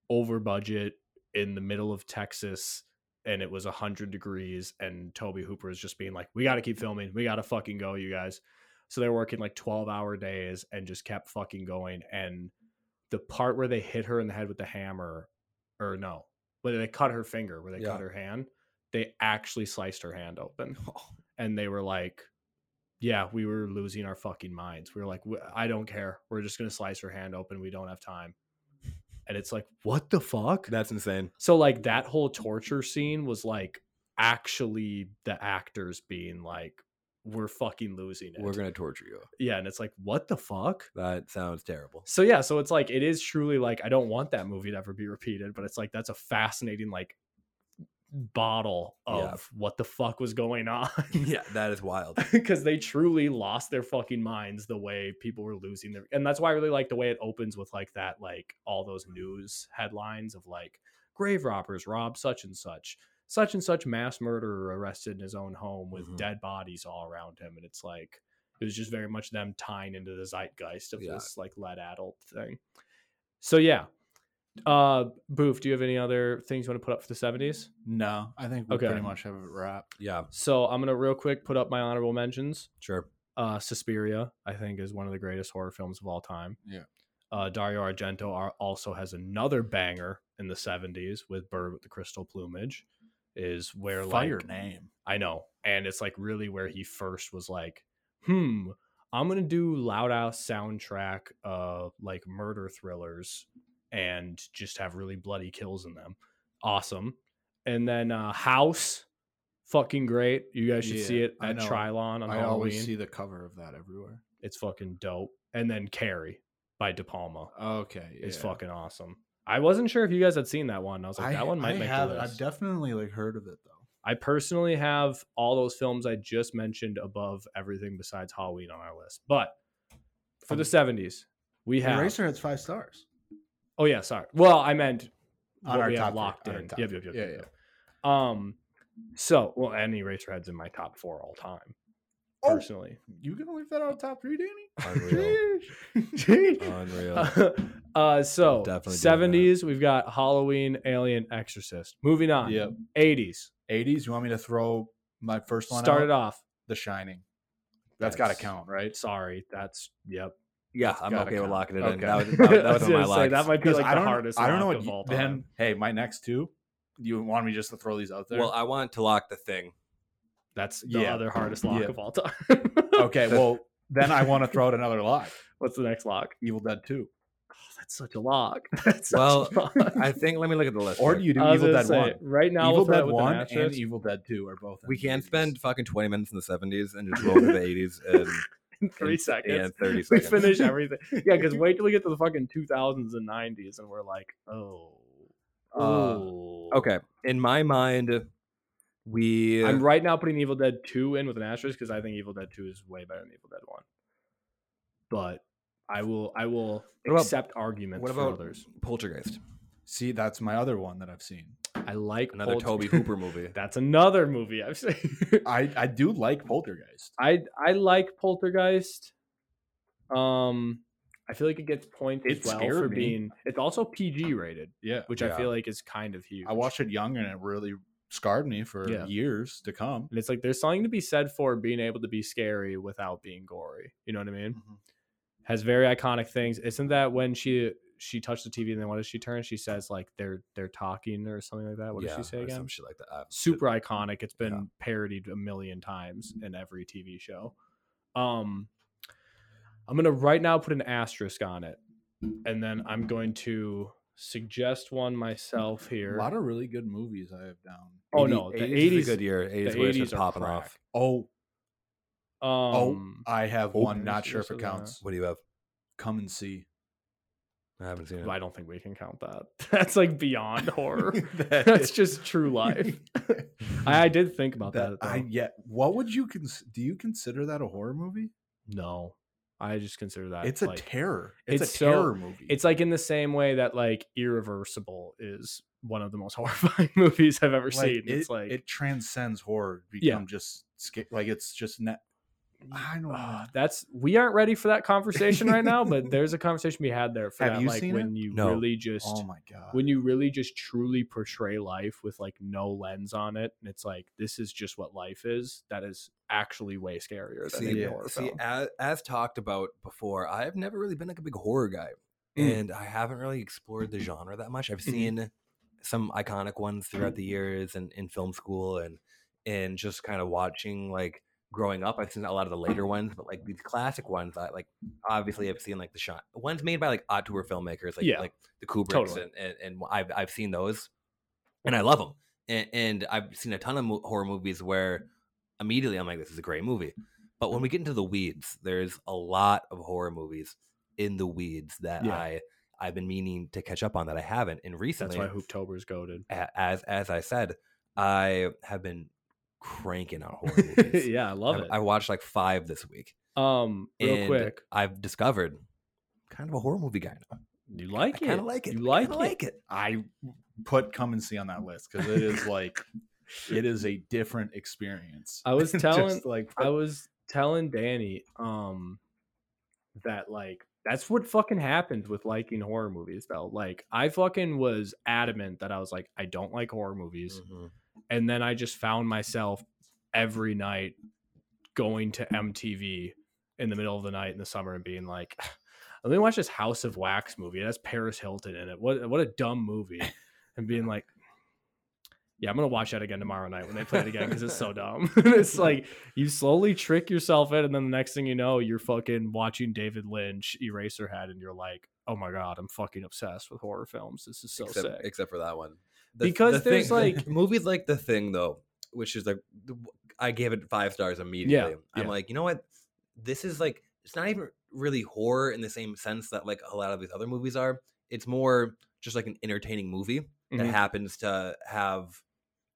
over budget in the middle of texas and it was 100 degrees and toby hooper is just being like we gotta keep filming we gotta fucking go you guys so they were working like 12 hour days and just kept fucking going and the part where they hit her in the head with the hammer or no where they cut her finger where they Yeah. cut her hand they actually sliced her hand open and they were like yeah, we were losing our fucking minds. We were like, "W- I don't care. We're just gonna slice her hand open. We don't have time. And it's like, what the fuck? That's insane. So like that whole torture scene was like actually the actors being like, we're fucking losing it. We're gonna torture you. yeah, and it's like, what the fuck? That sounds *laughs* terrible. So yeah, so it's like it is truly like I don't want that movie to ever be repeated, but it's like that's a fascinating like bottle of Yeah. what the fuck was going *laughs* on. yeah, that is wild. because they truly lost their fucking minds the way people were losing their and that's why i really like the way it opens with like that like all those news headlines of like grave robbers rob such and such such and such mass murderer arrested in his own home with Mhm. dead bodies all around him and it's like it was just very much them tying into the zeitgeist of Yeah. this like lead adult thing so yeah uh boof do you have any other things you want to put up for the 70s No, I think we Okay. pretty much have it wrapped. Yeah, so i'm gonna real quick put up my honorable mentions sure. uh Suspiria, I think is one of the greatest horror films of all time. Yeah. Uh Dario Argento are, also has another banger in the 70s with Bird with the Crystal Plumage is where Fire like name. I know. And it's like really where he first was like, "Hmm, I'm going to do loud ass soundtrack uh like murder thrillers and just have really bloody kills in them." Awesome. And then uh House fucking great. You guys should see Yeah, it I at know. Trilon on I Halloween. always see the cover of that everywhere. It's fucking dope. And then Carrie by De Palma Okay, is yeah. fucking awesome. I wasn't sure if you guys had seen that one. I was like, I, that one might I make have the it. list. I've definitely like heard of it though. I personally have all those films I just mentioned above everything besides Halloween on our list. But for the Um, seventies, we have Eraser, it's five stars. Oh yeah, sorry. Well, I meant On what our we have top three, locked on our in. top Yep, three. yep, yep, Yeah, yep, yep. Um, so well, any Eraserhead's in my top four all time. Oh. *laughs* Personally, You gonna leave that out of top *laughs* three, Danny? *laughs* Unreal. Jeez. Unreal. uh, *laughs* uh, so Definitely doing that. seventies, we've got Halloween, Alien, Exorcist. Moving on, Yep. eighties. 80s. You want me to throw my first one? Started out? off. The Shining. That's got to Yes. count, right? Sorry, that's yep. Yeah, I'm Gotta okay with count. locking it in. Okay. That was, *laughs* that, was- that I was one of gonna my say, locks. that might be like I the don't, hardest. I don't know lock what of you- all then. time. Hey, my next two. You want me just to throw these out there? well, I wanted to lock the thing. That's the Yeah. other hardest lock Yeah. of all time. *laughs* *laughs* *laughs* okay. Well, then I want to throw out another lock. what's the next lock? Evil Dead Two. That's such a *laughs* lock. That's Well, such a lock. I think. Let me look at the list. Or here. do you do I was Evil gonna Dead say, One? Right now, Evil we'll throw Dead out with an One and asterisk. Evil Dead Two are both. in we the can 80s. spend fucking 20 minutes in the 70s and just roll to the *laughs* 80s and in three in- seconds. Yeah, *laughs* 30 we seconds. finish everything. Yeah, *laughs* because wait till we get to the fucking 2000s and 90s, and we're like, oh, Uh, oh. Okay, in my mind, we. I'm right now putting Evil Dead 2 in with an asterisk because I think Evil Dead 2 is way better than Evil Dead 1. But I will, I will What about- accept arguments what from about others. Poltergeist? See, that's my other one that I've seen. I like Another Polter- *laughs* Toby Hooper movie. That's another movie I've seen. *laughs* *laughs* I I do like Poltergeist. I I like Poltergeist. Um, I feel like it gets points It as well scared for me. being. It's also PG rated, Yeah, which I Yeah. feel like is kind of huge. I watched it young and it really scarred me for Yeah. years to come. and it's like there's something to be said for being able to be scary without being gory. You know what I mean? Mm-hmm. Has very iconic things. Isn't that when she she touched the TV and then what does she turn? She says like they're they're talking or something like that. What yeah, does she say or again? Some shit like that. Uh, super iconic. It's been Yeah. parodied a million times in every TV show. Um, I'm gonna right now put an asterisk on it, and then I'm going to suggest one myself A here. lot of really good movies I have down. oh no, the 80s, 80s. is a good year. 80s, the where it's 80s just are popping crack. off. Oh, Um, I have oh, one. there's- Not sure if there's it another. counts. What do you have? Come and see. I haven't seen it. I don't think we can count that. *laughs* That's like beyond horror. *laughs* *laughs* That That's is- just true *laughs* life. I, I did think about that. That- I though. yeah. What would you cons- do? You consider that a horror movie? no, I just consider that It's a like, terror. It's, it's a so- terror movie. It's like in the same way that like Irreversible is one of the most *laughs* horrifying movies I've ever Like, seen. it's it- like it transcends horror. to Yeah. Become just sca- like it's just net. I don't know. *sighs* ah, that's we aren't ready for that conversation right now, *laughs* but there's a conversation we had there for Have that you like seen when you No. really just Oh my god. when you really just truly portray life with like no lens on it and it's like this is just what life is that is actually way scarier than any See, yeah, horror see film. as, as talked about before, I've never really been like a big horror guy, Mm. and I haven't really explored the genre that much. I've Mm-hmm. Mhm. seen some iconic ones throughout the years, and in film school, and and just kind of watching like growing up. I've seen a lot of the later ones, but like these classic ones, I like obviously I've seen like the shot ones made by like auteur filmmakers, like Yeah, like the Kubricks, totally. and, and and I've I've seen those, and I love them. And, and I've seen a ton of mo- horror movies where immediately I'm like, this is a great movie. Mm-hmm. But when we get into the weeds, there's a lot of horror movies in the weeds that Yeah. I I've been meaning to catch up on that I haven't. And That's recently, why Hooptober's *laughs* goaded. a- as as I said, I have been cranking on *laughs* horror movies. yeah, I love I, it. I watched like five this week. um, real and quick, I've discovered kind of a horror movie guy now. you like I it? kind of like it. You I like kinda it? like it. I put come and see on that list because it *laughs* is like it is a different experience. I was *laughs* Just, telling- like I was telling Danny um that like that's what fucking happens with liking horror movies though. Like I fucking was adamant that I was like I don't like horror movies Mm-hmm. and then I just found myself every night going to MTV in the middle of the night in the summer and being like let me watch this House of Wax movie. It has Paris Hilton in it. What what a dumb movie. And being like yeah, I'm gonna watch that again tomorrow night when they play it again because it's so dumb. *laughs* it's like you slowly trick yourself in, and then the next thing you know, you're fucking watching David Lynch Eraserhead, and you're like, "Oh my god, I'm fucking obsessed with horror films. This is so except, sick." except for that one. Because there's, thing- like- *laughs* movies like The Thing though, which is like the- I gave it five stars immediately. I'm yeah. like, you know what? This is like it's not even really horror in the same sense that like a lot of these other movies are. It's more just like an entertaining movie that Mhm. happens to have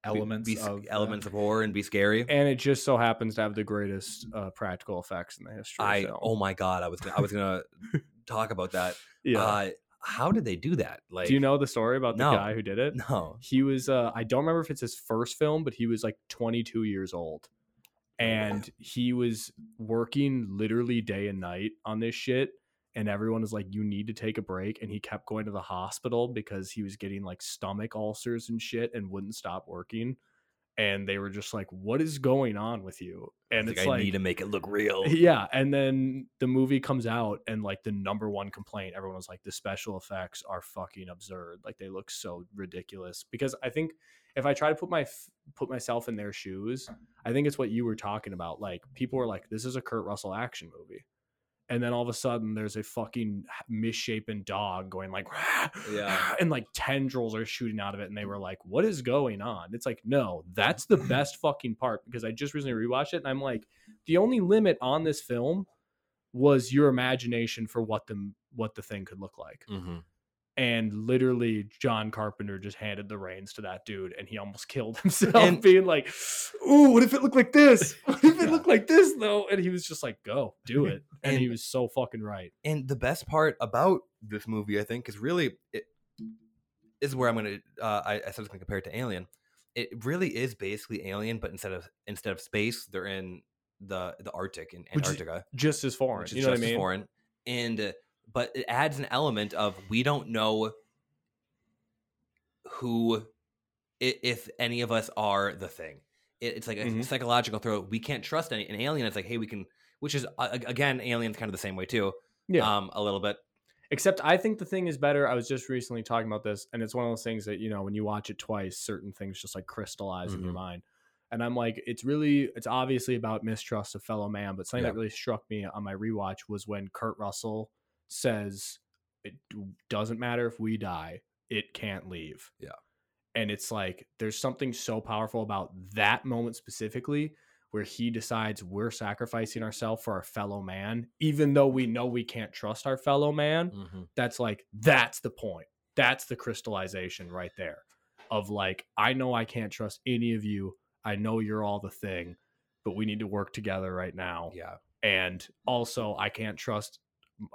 be- elements be, sc- of elements of horror and be scary. and it just so happens to have the greatest uh, practical effects in the history. I of film. *laughs* oh my god, I was gonna, I was gonna talk about that. yeah, Uh, how did they do that? Like, Do you know the story about the No. guy who did it? *laughs* No. He was uh I don't remember if it's his first film, but he was like 22 years old. And he was working literally day and night on this shit and everyone was like you need to take a break and he kept going to the hospital because he was getting like stomach ulcers and shit and wouldn't stop working. And they were just like what is going on with you? And Like, it's I like need to make it look *laughs* real. yeah, and then the movie comes out, and like the number one complaint, everyone was like, the special effects are fucking absurd. Like they look so ridiculous. Because I think if I try to put my f- put myself in their shoes, I think it's what you were talking about. Like people were like, this is a Kurt Russell action movie, and then all of a sudden there's a fucking misshapen dog going like, Yeah. and like tendrils are shooting out of it, and they were like, what is going on? It's like, no, that's the best fucking part because I just recently rewatched it, and I'm like the only limit on this film was your imagination for what the what the thing could look like. Mm-hmm. And literally, John Carpenter just handed the reins to that dude, and he almost *laughs* killed himself, And- being like, "Ooh, what if it looked like this? *laughs* What if it Yeah. looked like this, though?" And he was just like, "Go, do *laughs* it," and, he And- was so fucking right. And the best part about this movie, I think, is really it is where I'm gonna. Uh, I, I said I was gonna compare it to Alien. It really is basically Alien, but instead of instead of space, they're in the the Arctic in Which is Antarctica. Just as foreign, which is you know what I just as mean? Foreign, and uh, but it adds an element of we don't know who, i- if any of us are the thing. It, it's like a Mhm. psychological throw. We can't trust any an alien. It's like hey, we can, which is uh, ag- again, aliens kind of the same way too. Yeah. um, a little bit. Except I think the thing is better. I was just recently talking about this, and it's one of those things that you know when you watch it twice, certain things just like crystallize in your Mhm. mind. And I'm like, it's really, it's obviously about mistrust of fellow man, but something Yeah. that really struck me on my rewatch was when Kurt Russell says, "It d- doesn't matter if we die, it can't leave." Yeah. and it's like there's something so powerful about that moment specifically where he decides we're sacrificing ourselves for our fellow man even though we know we can't trust our fellow man Mm-hmm. that's like that's the point that's the crystallization right there of like i know i can't trust any of you i know you're all the thing but we need to work together right now Yeah, and also i can't trust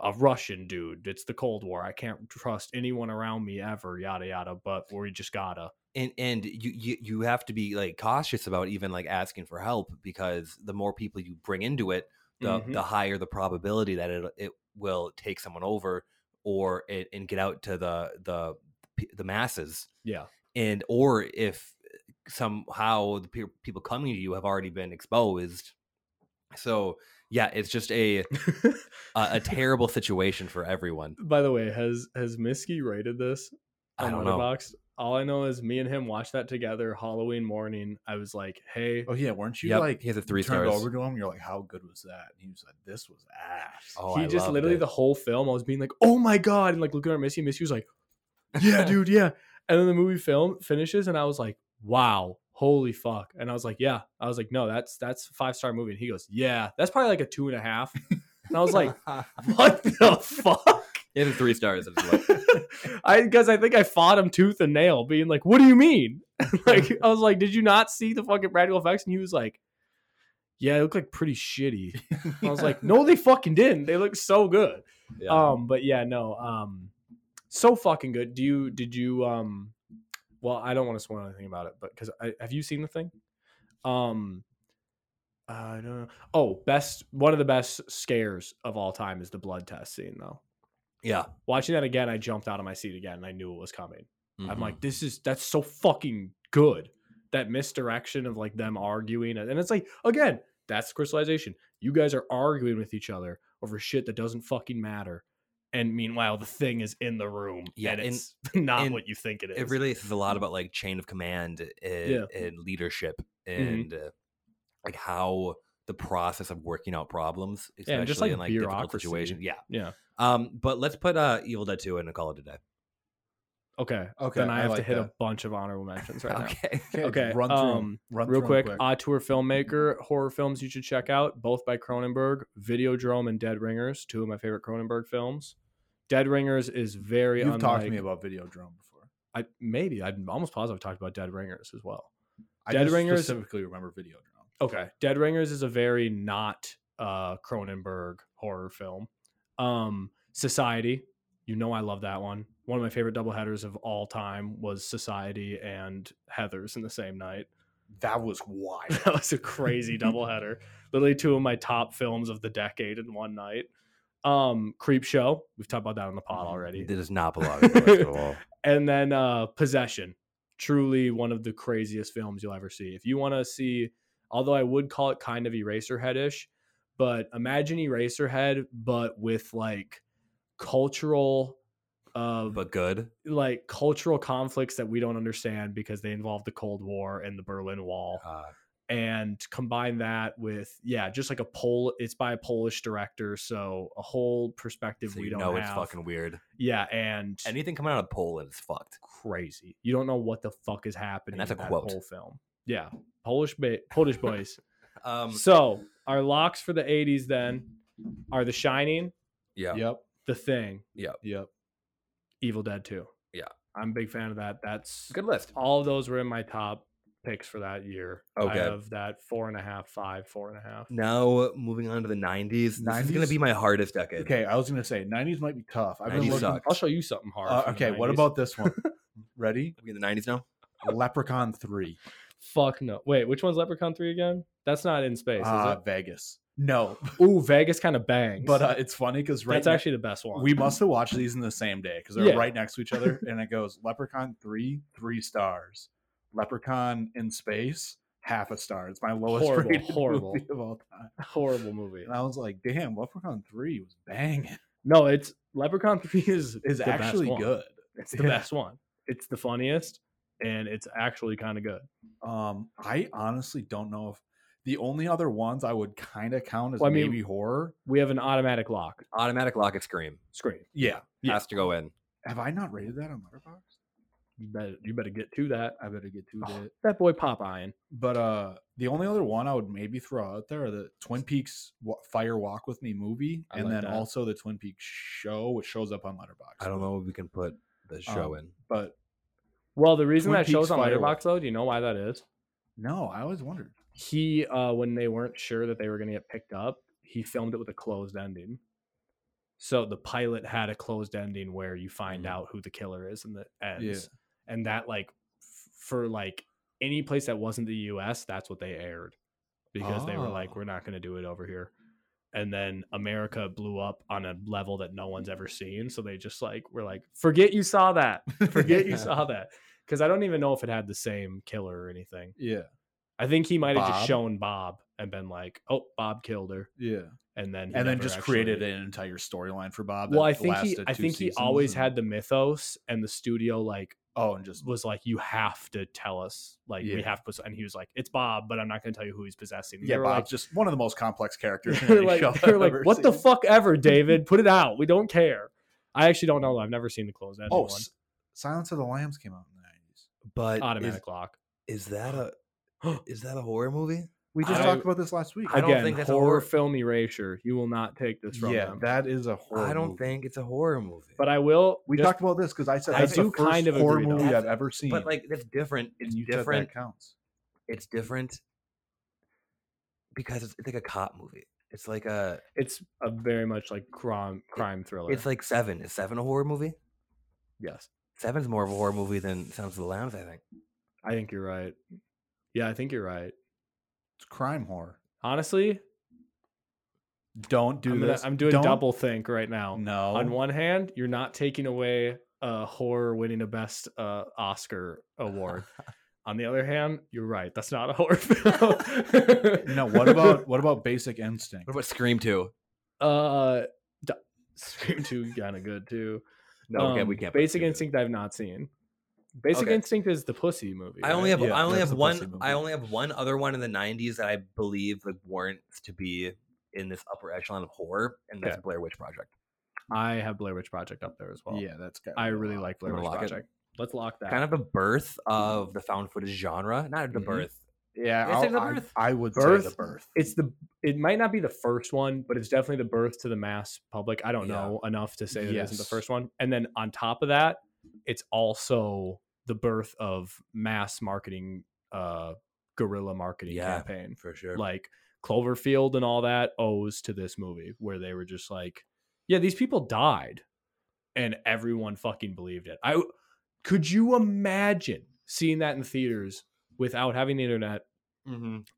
a russian dude it's the cold war i can't trust anyone around me ever yada yada but we just gotta and and you, you you have to be like cautious about even like asking for help because the more people you bring into it, the Mhm. the higher the probability that it it will take someone over or it, and get out to the the p- the masses *laughs* yeah and or if somehow the pe- people coming to you have already been exposed so yeah it's just a a, a terrible situation for everyone by the way has has misky rated this I on don't know. Letterboxd? all i know is me and him watched that together halloween morning i was like hey Oh yeah, weren't you Yep, like he has a three turned stars. over to him? You're like, how good was that? And he was like, this was ass. *laughs* oh he I just loved literally it. the whole film I was being like, oh my god, and like looking at Missy, and Missy was like, *laughs* yeah, dude, yeah. And then the movie film finishes, and I was like, wow, holy fuck. And I was like, yeah. I was like, no, that's that's a five star movie. And he goes, yeah, that's probably like a two and a half. And I was *laughs* like, what the fuck? *laughs* he has a three stars I just love- I because I think I fought him tooth and nail, being like, "What do you mean?" *laughs* like I was like, "Did you not see the fucking practical effects?" And he was like, "Yeah, they look like pretty shitty." And *laughs* I was like, "No, they fucking didn't. They look so good." *laughs* yeah. Um, but yeah, no, um, so fucking good. Do you did you um? Well, I don't want to spoil anything about it, but because have you seen the thing? Um, I don't know. Oh, best one of the best scares of all time is the blood test scene though yeah watching that again, I jumped out of my seat again and I knew it was coming. I'm Mhm. like, this is that's so fucking good. That misdirection of like them arguing. And it's like, again, that's crystallization. You guys are arguing with each other over shit that doesn't fucking matter. And meanwhile, the thing is in the room. Yeah, and and- it's *laughs* not and what you think it is. it really is a lot about like chain of command and, Yeah. Mm-hmm. and leadership and uh, like how the process of working out problems especially and just, like, in like difficult bureaucracy. situations yeah Yeah. um but let's put uh evil dead 2 in and call it a day Okay. Okay, Then I I have to like hit a that. bunch of honorable mentions right now. *laughs* okay Okay, run through 'em, um, run Real through 'em quick, auteur filmmaker, horror films you should check out, both by Cronenberg, Videodrome and Dead Ringers, two of my favorite Cronenberg films. Dead Ringers is very You've unlike, talked to me about Video Drone before. I, maybe I'm almost positive I've talked about Dead Ringers as well. I Dead just Ringers- specifically remember Video Drone. Okay, Dead Ringers is a very not uh Cronenberg horror film. Um, Society You know, I love that one. One of my favorite doubleheaders of all time was Society and Heather's in the same night. *laughs* That was wild. that was a crazy doubleheader. Literally two of my top films of the decade in one night. Um, Creep Show. We've talked about that on the pod already. It does not belong in the list *laughs* at all. and then uh possession truly one of the craziest films you'll ever see if you want to see although i would call it kind of eraserheadish but imagine eraserhead but with like cultural uh But good. like cultural conflicts that we don't understand because they involve the cold war and the berlin wall Uh, and combine that with yeah just like a pole it's by a polish director so a whole perspective so we you don't know have it's fucking weird. yeah and Anything coming out of Poland is fucked. crazy. You don't know what the fuck is happening. that's a in that quote. Whole film. Yeah, Polish ba- Polish boys. *laughs* Um, so our locks for the '80s then are The Shining, yeah. Yep. The Thing, Yep. Evil Dead 2. Yeah. I'm a big fan of that. That's Good list. all of those were in my top picks for that year. Okay. I have that four and a half, five, four and a half. Now moving on to the 90s. This is going to 90s? be my hardest decade. Okay, I was gonna say nineties might be tough. I've been 90s looking. suck. I'll show you something hard. Uh, from the okay, what 90s. about this *laughs* one? Ready? We in the 90s now? Leprechaun Three. Fuck no. Wait, which one's Leprechaun 3 again? That's not in space, Uh, is Vegas. No, *laughs* it? Ooh, Vegas kind of bangs. but uh, it's funny because right that's ne- actually the best one. we must have watched these in the same day because they're Yeah. right next to *laughs* each other. And it goes Leprechaun Three, three stars. Leprechaun in space, half a star. It's my lowest Horrible, rated horrible. movie of all time. horrible movie. And I was like, damn, Leprechaun Three was banging. No, *laughs* it's Leprechaun 3 *laughs* is Is the best actually one. good. It's the Yeah. best one. It's the funniest and it's actually kind of good. Um, I honestly don't know if the only other ones I would kind of count as Well, I mean- maybe horror. We have an automatic lock Automatic lock at Scream. screen. Yeah. Yeah. Has to go in. Have I not rated that on Letterboxd? You better you better get to that. I better get to Oh, it. that boy Popeye. But uh, the only other one I would maybe throw out there are the Twin Peaks Wa- Fire Walk with Me movie, I and like then that. also the Twin Peaks show, which shows up on Letterboxd. I don't know if we can put Oh. the show Um, in. but Well, the reason Twin that shows Peaks on Firewalk. Letterboxd though, do you know why that is? no, I always wondered. He uh when they weren't sure that they were gonna get picked up, he filmed it with a closed ending. So the pilot had a closed ending where you find Mhm. out who the killer is and the ends. and that like f- for like any place that wasn't the US, that's what they aired because they were like, Oh. we're not going to do it over here. And then America blew up on a level that no one's ever seen. So they just like, we're like, forget you saw that. *laughs* *laughs* Forget you saw that. Cause I don't even know if it had the same killer or anything. *laughs* Yeah, I think he might have just Bob? shown Bob and been like, oh, Bob killed her. yeah, And then, he and then never just actually- created an entire storyline for Bob. Well, that I think he, lasted I two think he seasons always and- had the mythos, and the studio like Oh, *laughs* and just was like, "You have to tell us, like, we Yeah. have to." And he was like, "It's Bob, but I'm not going to tell you who he's possessing." And yeah, they were Bob's just one of the most complex characters. Like, in *laughs* *laughs* they were any show like, I've they were like, ever "What the seen. fuck ever, *laughs* David? Put it out. We don't care." I actually don't know. though. I've never seen the closed ended Oh, one. S- Silence of the Lambs came out in the nineties. But Automatic lock. is, is that *gasps* a is that a horror movie? We just I- talked about this last week. I don't Again, think that's a horror, horror- film erasure. You will not take this from yeah, them. that is a horror. I don't movie. think it's a horror movie. but I will. we just- talked about this because I said I that's do the first kind of horror agree, though. movie I've That's- ever seen. but like that's different. It's and you said different. that counts. It's different because it's, it's like a cop movie. It's like a It's a very much like crime crime thriller. it's like Seven. Is Seven a horror movie? yes, Seven's more of a horror movie than Sounds of the Lambs, I think. I think you're right. Yeah, I think you're right. It's crime horror. Honestly, Don't do I'm, gonna- this. I'm doing Don't- double think right now. No. on one hand, you're not taking away a horror winning a best uh, Oscar *laughs* award. on the other hand, you're right. That's not a horror *laughs* film. no. What about what about Basic Instinct? What about Scream Two? *laughs* uh, d- Scream Two? Kind of good too. No, we Um, can't. We can't put Basic Scream two. Instinct, I've not seen. Basic Okay. Instinct is the pussy movie. I only right? have Yeah, I only that's have the pussy one movie. I only have one other one in the '90s that I believe like warrants to be in this upper echelon of horror, and that's Okay. Blair Witch Project. I have Blair Witch Project up there as well. yeah, that's good. I really like Blair I'm Witch gonna lock it. Project. Let's lock that. Mm-hmm. Kind of the birth of the found footage genre, not the Mhm. birth. Yeah, Did I say I'll- The I, Birth? I would say the Birth? birth. it's the it might not be the first one, but it's definitely the birth to the mass public. I don't Yeah. know enough to say that it isn't the Yes. first one. And then on top of that, it's also the birth of mass marketing, uh, guerrilla marketing Yeah. campaign. For sure. Like Cloverfield and all that owes to this movie, where they were just like, yeah, these people died. and everyone fucking believed it. I could you imagine seeing that in theaters without having the internet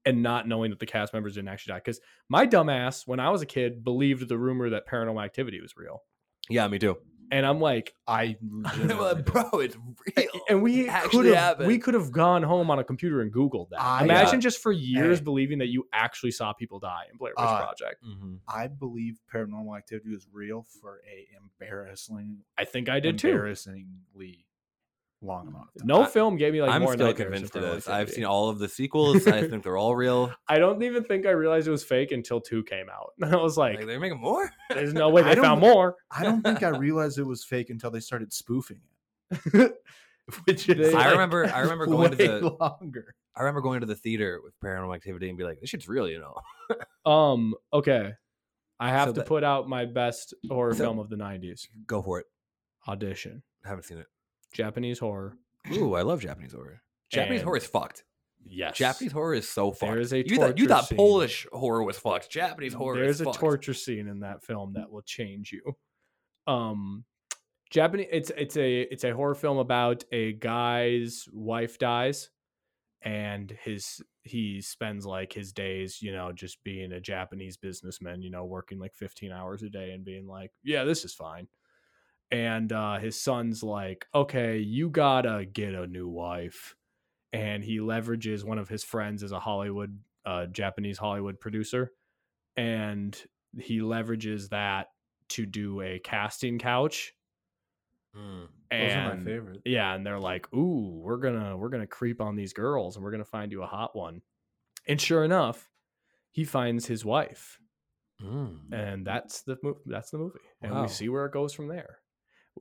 and not knowing that the cast members didn't actually die? Because my dumbass, when I was a kid, believed the rumor that Paranormal Activity was real, Yeah, me too. and I'm like, *laughs* I *laughs* Well, legitimately- bro, it's real. and we actually could have happened. we could have gone home on a computer and Googled that. I- Imagine just for years Hey. believing that you actually saw people die in Blair Witch Uh, Project. Mhm. I believe paranormal activity was real for a embarrassingly I think I did too. embarrassingly long amount of time. No I- film gave me like I'm more still nightmares convinced than of Paranormal this. I've Activity. seen all of the sequels. I think they're all real. I don't even think I realized it was fake until two came out. *laughs* And I was *laughs* like, Like, *laughs* they're making more. there's no way I they don't- found more. I don't think I realized it was fake until they started spoofing it. *laughs* *laughs* Which They- is I like, remember. *laughs* *laughs* I remember going to way the. longer. I remember going to the theater with Paranormal Activity and be like, "This shit's real," you know. Um, okay. I have So to that- put out my best horror So- film of the 90s Go for it. Audition. haven't seen it. Japanese horror. Ooh, I love Japanese horror. Japanese And- horror is fucked. Yes. Japanese horror is so fucked. There is a you thought you torture thought scene. Polish horror was fucked. Japanese horror There's Mm, is a fucked. torture scene in that film that will change you. Um Japanese it's it's a it's a horror film about a guy's wife dies and his he spends like his days, you know, just being a Japanese businessman, you know, working like 15 hours a day and being like, yeah, this is fine. And uh his son's like, "Okay, you got to get a new wife." And he leverages one of his friends as a Hollywood uh Japanese Hollywood producer and he leverages that to do a casting couch Mm. Those and are my favorite. yeah and they're like ooh we're gonna we're gonna creep on these girls and we're gonna find you a hot one and sure enough he finds his wife Mm. and that's the movie that's the movie and Wow. we see where it goes from there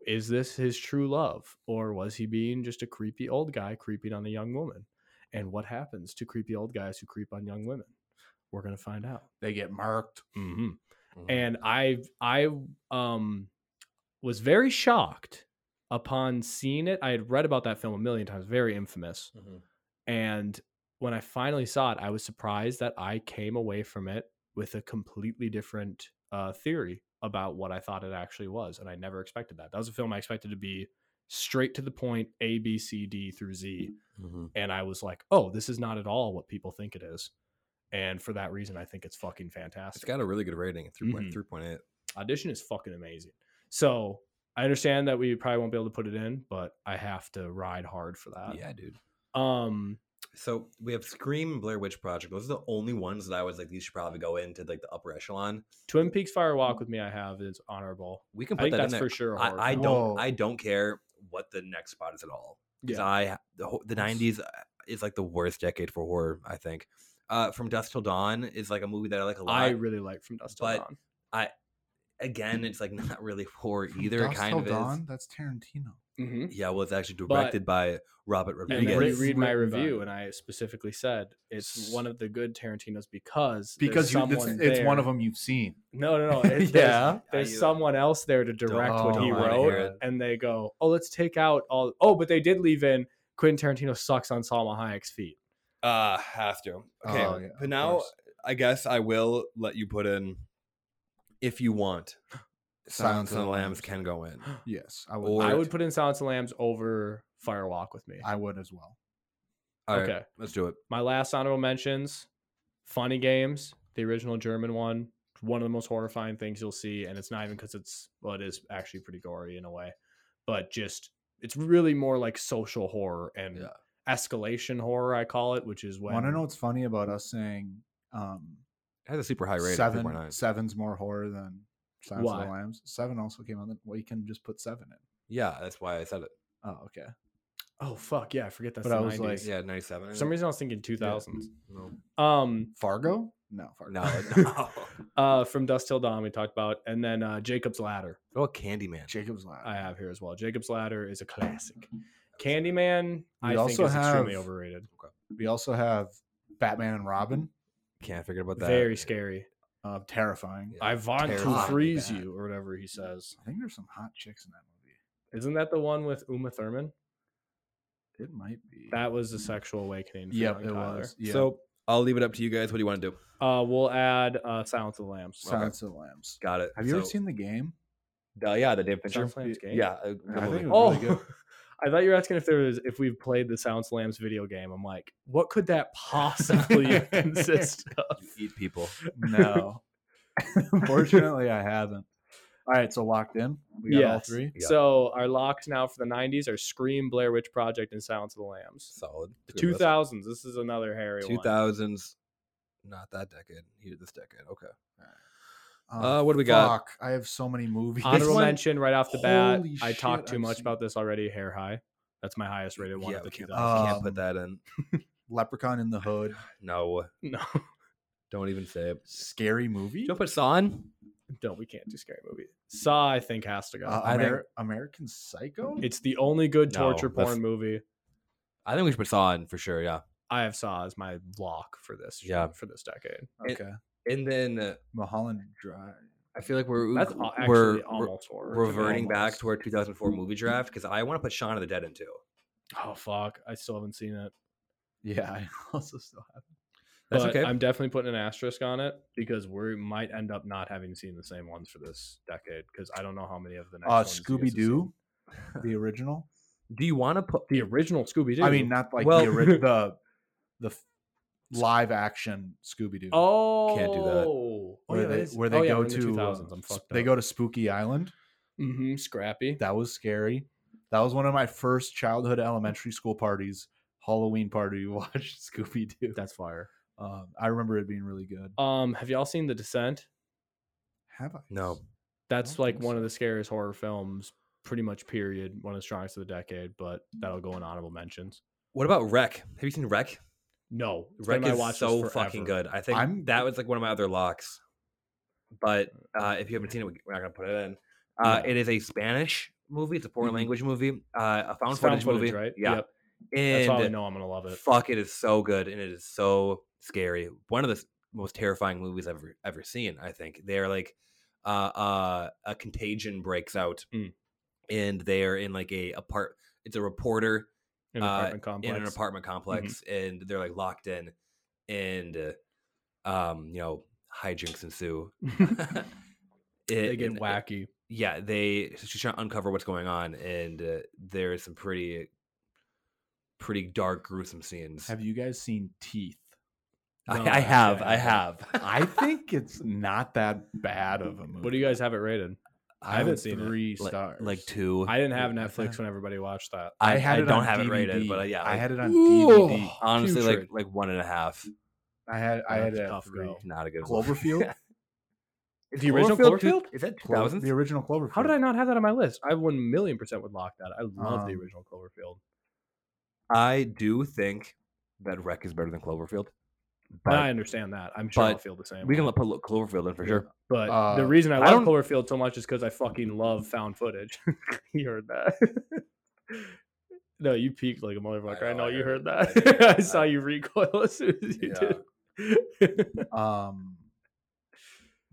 is this his true love or was he being just a creepy old guy creeping on a young woman and what happens to creepy old guys who creep on young women we're gonna find out They get marked. mm-hmm. and i i um was very shocked upon seeing it i had read about that film a million times very infamous Mhm. and when i finally saw it i was surprised that i came away from it with a completely different uh theory about what i thought it actually was and i never expected that that was a film i expected to be straight to the point a b c d through z Mhm. and i was like oh this is not at all what people think it is and for that reason i think it's fucking fantastic it's got a really good rating, three point Mhm. three point eight. audition is fucking amazing. So I understand that we probably won't be able to put it in, but I have to ride hard for that. yeah, dude. Um. Uh, So we have Scream, and Blair Witch Project. Those are the only ones that I was like, these should probably go into like the upper echelon. Twin Peaks Fire Walk with Me, I have is honorable. We can I put think that that's in for there. sure. a horror I, I film. don't. Whoa. I don't care what the next spot is at all. because Yeah. I the whole- the nineties uh, is like the worst decade for horror. I think. Uh, From Dusk Till Dawn is like a movie that I like a lot. I really like From Dust Till but- Dawn. Again, it's like *laughs* not really horror From either. Dusk kind Till of Dawn, That's Tarantino. Mm-hmm. is. Yeah, well, it's actually But- directed by Robert And Rodriguez. then you *laughs* Written- read my written by- review, and I specifically said it's one of the good Tarantino's because there's Because you, it's, someone it's one there- of them you've seen. No, no, no. It's, Yeah. There's, there's I- someone else there to direct what Don't he wanna hear wrote, it. and they go, "Oh, let's take out all." Oh, but they did leave in Quentin Tarantino sucks on Salma Hayek's feet. Uh, have to. Okay, Oh, yeah, but of now course. I guess I will let you put in if you want. Silence, of the Lambs can go in. Yes, I would. Or- I Or- would put in Silence of the Lambs over Fire Walk with me. I would as well. All right, Okay. let's do it. My last honorable mentions: Funny Games, the original German one, one of the most horrifying things you'll see, and it's not even because it's well, it is actually pretty gory in a way, but just it's really more like social horror and Yeah. escalation horror, I call it, which is when Want to know what's funny about us saying um, It has a super high rating. seven? 3.9. Seven's more horror than Silence of Why? the Lambs. Seven also came on. The, well, you can just put seven in. Yeah, that's why I said it. Oh, okay. Oh fuck yeah, I forget that's But the I was 90s. like- Yeah, ninety-seven. I For some think. reason, I was thinking 2000s. No. Um, Fargo? No, Fargo. No, no. uh, from Dust Till Dawn, we talked about, and then uh, Jacob's Ladder. oh, Candyman. *laughs* Jacob's Ladder. I have here as well. Jacob's Ladder is a classic. Candyman, I We think, also is extremely have- overrated. We also have Batman and Robin. Can't forget about that. Very scary. Uh, terrifying. Yeah. I want to Terrifying freeze bad. you, or whatever he says. I think there's some hot chicks in that movie. Isn't that the one with Uma Thurman? It might be. That was the sexual awakening. for yep, young it Tyler. was. Yep. So I'll leave it up to you guys. What do you want to do? Uh, we'll add uh, Silence of the Lambs. Silence of the Lambs. Got it. Have you ever So, *laughs* seen the game? Uh, yeah, the David Fincher. Sound Slams game? Yeah. uh, good I movie. think it Oh, was really good. *laughs* I thought you were asking if there was if we've played the Sound Slams video game. I'm like, what could that possibly *laughs* *laughs* consist of? You eat people. No, *laughs* unfortunately, I haven't. All right, so locked in. We got all Yes. three. Yeah. So our locks now for the '90s are Scream, Blair Witch Project, and Silence of the Lambs. Solid. The Good list. 2000s. This is another hairy *laughs* Two one. thousands, not that decade. Here, this decade. Okay. Oh, Uh, what do we got? Fuck, I have so many movies. *laughs* Honorable One- mention right off the bat. holy I talked shit, too I've much seen- about this already. Hair High. That's my highest rated one yeah, of we the can't, 2000s. we can't Um, put that in. Leprechaun in the Hood. No, uh. *laughs* no, don't even say it. Scary movie. Don't put Saw in. no, we can't do scary movie. Saw, I think, has to go. Uh, I think- Amer- American Psycho. it's the only good No, torture that's- porn movie. I think we should put Saw in for sure. Yeah. I have Saw as my lock for this. Yeah. for this decade. it- okay. And then uh, Mulholland Drive. I feel like we're That's we're, a- actually we're almost horror. reverting back almost. to our 2004 movie draft because I want to put Shaun of the Dead in too. Oh fuck! I still haven't seen it. Yeah, I *laughs* also still have. That's but okay. I'm definitely putting an asterisk on it because we might end up not having seen the same ones for this decade because I don't know how many of the next Uh, ones you guys have Scooby Doo, seen. the original. Do you want to put? The original Scooby Doo. I mean, not like Well- the ori- the the f- live action Scooby Doo. oh, Can't do that. Oh, where yeah, that they, is- where oh, they yeah, go we're in the to uh, 2000s. I'm sp- fucked they up. go to Spooky Island. Mhm, Scrappy. That was scary. That was one of my first childhood elementary school parties. Halloween party. We *laughs* watched Scooby Doo. That's fire. Um, I remember it being really good. Um, have y'all seen The Descent? Have I? No. That's don't like think one of so. the scariest horror films, pretty much period. One of the strongest of the decade, but Mm. that'll go in honorable mentions. What about Wreck? Have you seen Wreck? No, it's been Wreck on my is watch list so fucking forever. good. I think I'm- that was like one of my other locks. But uh, if you haven't seen it, we- we're not gonna put it in. Uh, It is a Spanish movie. It's a foreign Mhm. language movie. Uh, a found, It's found footage, movie, right? Yeah, Yep. That's how I and know I'm gonna love it. fuck, it is so good and it is so scary. One of the s- most terrifying movies I've ever ever seen. I think they're like uh, uh, a contagion breaks out, Mm. and they are in like a apart. It's a reporter In an uh, apartment complex. in an apartment complex and they're like locked in and uh, um you know hijinks ensue *laughs* It- they and- get it- wacky. yeah they she's trying to uncover what's going on and uh, there's some pretty pretty dark gruesome scenes Have you guys seen Teeth? No, *laughs* I, I actually, have I *laughs* i have I think it's not that bad of a movie. What do you guys have it rated? I have haven't it seen it. three like, stars. like two I didn't *laughs* have Yeah, I Netflix have- when everybody watched that. i, had I it don't on have it rated DVD. but uh, yeah I like, had it on DVD. honestly like putrid. like one and a half I had That's I had a it at tough three. go. not a good one. *laughs* Cloverfield. Is The original two- Cloverfield? is that Clo- the 2000 original Cloverfield. How did I not have that on my list? I one million percent would lock that. I love the Um, original Cloverfield. i do think that wreck is better than cloverfield And but- I understand that. I'm sure I'll but feel the same. We can way. let put Lo- Cloverfield in for sure. but uh, the reason I I love don't- Cloverfield so much is because I fucking love found footage. *laughs* you heard that. *laughs* no, you peaked like a motherfucker. Oh, I know, know, I you heard heard that. it. I *laughs* I, did. I- saw you recoil *laughs* as soon as you did. um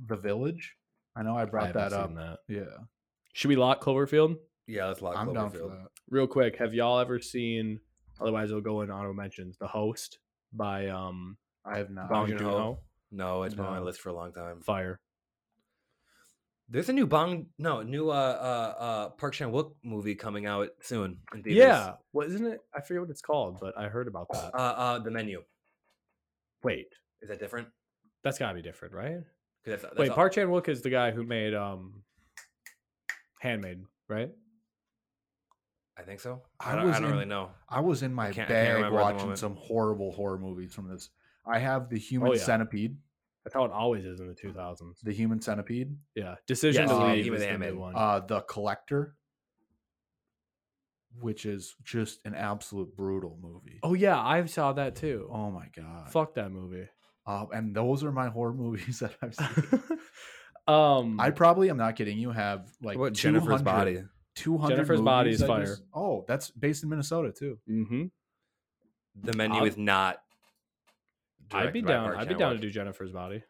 The Village? I know I I brought haven't that seen up. that. Yeah, Should we lock Cloverfield? Yeah, let's lock I'm down for that. real quick, have y'all ever seen? Otherwise, it'll go in auto mentions. The host by um I have not. Bong Bong Joon-ho. Joon-ho. No, it's been on my No. list for a long time. Fire. There's a new Bong, no, new uh uh, uh Park Chan Wook movie coming out soon. In theaters. Yeah, well, isn't it? I forget what it's called, but I heard about that. Uh, uh, the menu Wait, is that different? that's gotta be different, right? 'Cause that's- that's Wait, all- Park Chan Wook is the guy who made um, Handmaid, right? I think so. I I don't, was I don't really in- know. I was in my can't- I can't bag remember at the watching moment. some horrible horror movies from this. I have The Human Oh, yeah. Centipede. That's how it always is in the 2000s. The Human Centipede. Yeah, Decision Yes, to uh, Leave um, even is the Handmaid. new one. Uh The Collector. Which is just an absolute brutal movie. oh yeah, I saw that too. Oh my god. Fuck that *laughs* movie. Uh, and those are my horror *laughs* movies that *laughs* I've Hmm. seen. um, I probably, I'm not kidding you, have like what Jennifer's 200 body? 200 Jennifer's Body movies is I fire. just- oh, that's based in Minnesota too. mhm. The menu I'll- is not. I'd be directed by down. Park I'd be Chan-wook. down to do Jennifer's Body.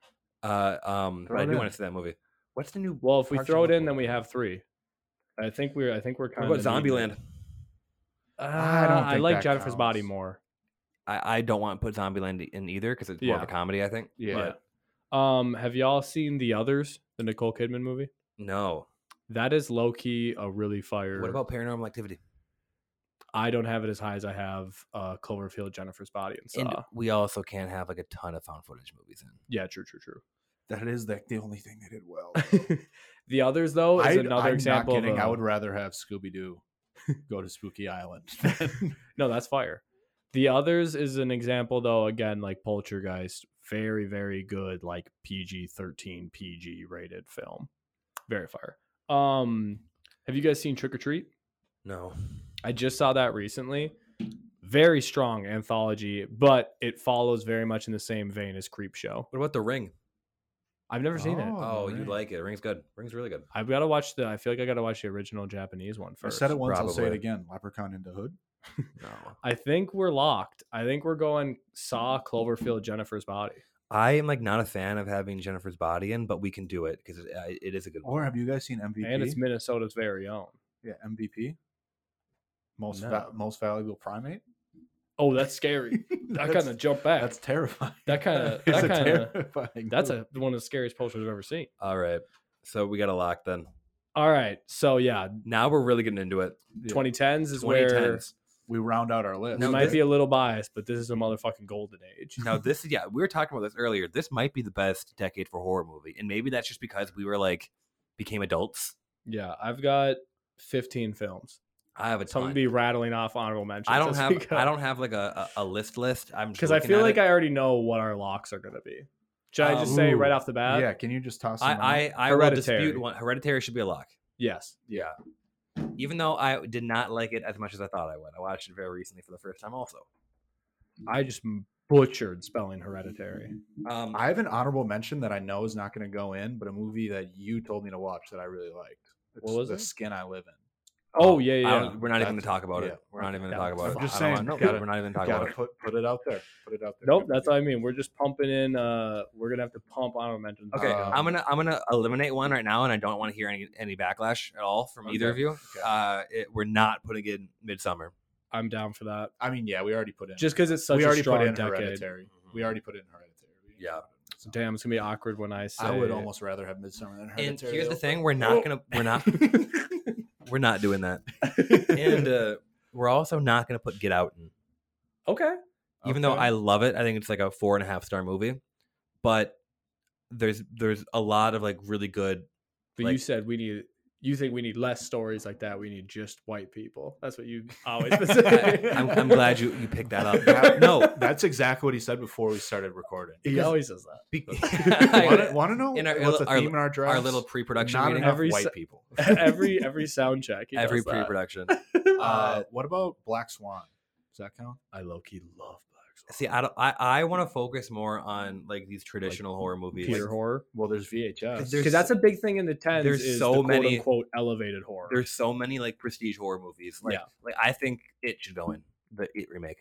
Uh, um, but Throw I it do in. want to see that movie. What's the new? Well, if we Parks throw it and in, Rec then we one. have three. I think we're. I think we're kind What of about Zombieland? I I don't. don't Ah, I think like that Jennifer's Body counts. more. I, I don't want to put Zombieland in either because it's more of Yeah. a comedy. I think. Yeah. But, um, have y'all seen the others? The Nicole Kidman movie. No. That is low key a really fire. What about Paranormal Activity? I don't have it as high as I have uh, Cloverfield, Jennifer's Body, and Saw. And we also can't have like a ton of found footage movies in. yeah, true, true, true. That is like the only thing they did *laughs* well. the others though Oh, is I'd- another I'm example. Not of kidding. I a- would rather have Scooby Doo go to Spooky Island. *laughs* No, that's fire. The others is an example though. Again, like Poltergeist, very very good, like PG thirteen PG rated film, very fire. Um, have you guys seen Trick or Treat? No. I just saw that recently. Very strong anthology, but it follows very much in the same vein as Creep Show. What about The Ring? I've never seen it. Oh, Oh, The you Ring. like it. Ring's good. Ring's really good. I've got to watch the. I feel like I got to watch the original Japanese one I first. said it once. I'll say it probably. again. Leprechaun in the Hood. No. I think we're locked. I think we're going Saw, Cloverfield, Jennifer's Body. I am like not a fan of having Jennifer's body in, but we can do it because it, uh, it is a good Or have you guys seen MVP? And it's Minnesota's very own. yeah, MVP. Most No. va- most valuable primate. *laughs* Oh, that's scary. that kind That's- of jump back. That's That's terrifying. that *laughs* kinda- It's that a kinda- terrifying that's movie. a one of the scariest posters I've ever seen. All right. So we got a lock then. All right, so yeah, Now we're really getting into it. Yeah. 2010s is where 2010s. We round out our list. we No, might this- be a little biased, but this is a motherfucking golden age. Now this is yeah, we were talking about this earlier. This might be the best decade for horror movie, and maybe that's just because we were like became adults. Yeah, I've got 15 films. I have a So I'm ton. gonna be rattling off honorable mentions. I don't have I don't have like a, a, a list list. I'm because I feel like I already know what our locks are gonna be. Should I just Um, say ooh, right off the bat? yeah, can you just toss? them out? I I, I will Hereditary. dispute one. Hereditary should be a lock, Yes. even though I did not like it as much as I thought I would. I watched it very recently for the first time. Also, I just m- butchered spelling hereditary. um, I have an honorable mention that I know is not going to go in, but a movie that you told me to watch that I really liked. It's What was the it? Skin I Live In? Oh, yeah, I yeah. don't- We're not even going That's- to talk about yeah, it. We're not even going to yeah. talk about I'm it. just I don't saying, wanna- gotta- we're not even talking about Gotta it. put put it out there. Put it out there. Nope, that's what I mean. We're just pumping in. Uh, we're gonna have to pump Uh, honorable mentions. Okay, Um, I'm gonna I'm gonna eliminate one right now, and I don't want to hear any any backlash at all from either Okay, of you. Uh, it, we're not putting in Midsummer. I'm down for that. I mean, yeah, we already put in. Just because it's such we a already strong put in decade. Mm-hmm. Hereditary. We already put in Hereditary. We didn't Yeah. put in Midsommar. Damn, it's gonna be awkward when I say. I would almost rather have Midsummer than Hereditary. And here's the though. thing: we're not gonna we're not *laughs* we're not doing that, *laughs* and uh, we're also not gonna put Get Out in. Okay. Even though Okay. I love it, I think it's like a four and a half star movie, but there's there's a lot of like really *laughs* good. But you Like- said we need. You think we need less stories like that? We need just white people. That's what you always been saying. I'm, *laughs* I'm glad you you picked that up. That- no, that's exactly what he said before we started recording. He always says that. *laughs* be- *laughs* Want to know In our- what's a our- theme in our draft? our little pre-production not meeting. enough Every white se- *laughs* people. every every sound check. he does every that. *laughs* pre-production. Uh, what about Black Swan? Does that count? I low key love Black See, I don't. I, I want to focus more on like these traditional horror movies. Peter Like, horror. Well, there's There's- VHS. Because that's a big thing in the tens. there's is so the many- quote elevated horror. There's so many like prestige horror movies. Like, Yeah. like I think it should go in the It remake.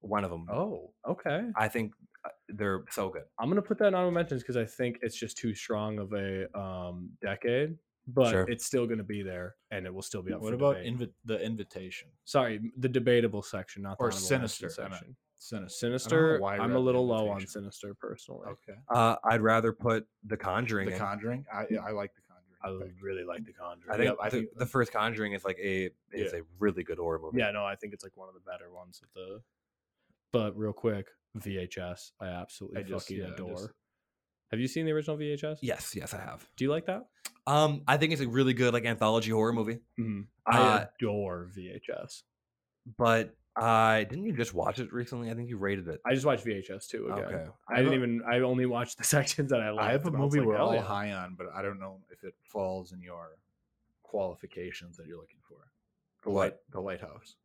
One of them. oh, okay. I think uh, they're so good. I'm gonna put that in honorable mentions because I think it's just too strong of a um decade, but Sure. it's still gonna be there and it will still be up. what for about debate. invi- the invitation? Sorry, m- the debatable section, not the Or honorable mention Sinister, I meant. section. Sinister. Sinister, why I I'm read a The little low on Invitation. Sinister personally. Okay. Uh, I'd rather put The Conjuring. The in. Conjuring. I Hmm. I like the Conjuring. I would really like The Conjuring. I think, Yep, I the, think- the first Conjuring is like a is a really good horror movie. yeah, no, I think it's like one of the better ones of the. But real quick, VHS, I absolutely I just- fucking yeah, I just- adore. Have you seen the original VHS? Yes, yes, I have. Do you like that? Um, I think it's a really good like anthology horror movie. Mm-hmm. I Uh, adore VHS. But uh, didn't you just watch it recently? I think you rated it. I just watched VHS too again. Okay. I didn't even. I only watched the *laughs* sections that I liked. I have a and was like, movie "Oh, we're "Hell all yeah." high on, but I don't know if it falls in your qualifications that you're looking for. The What? light, the lighthouse.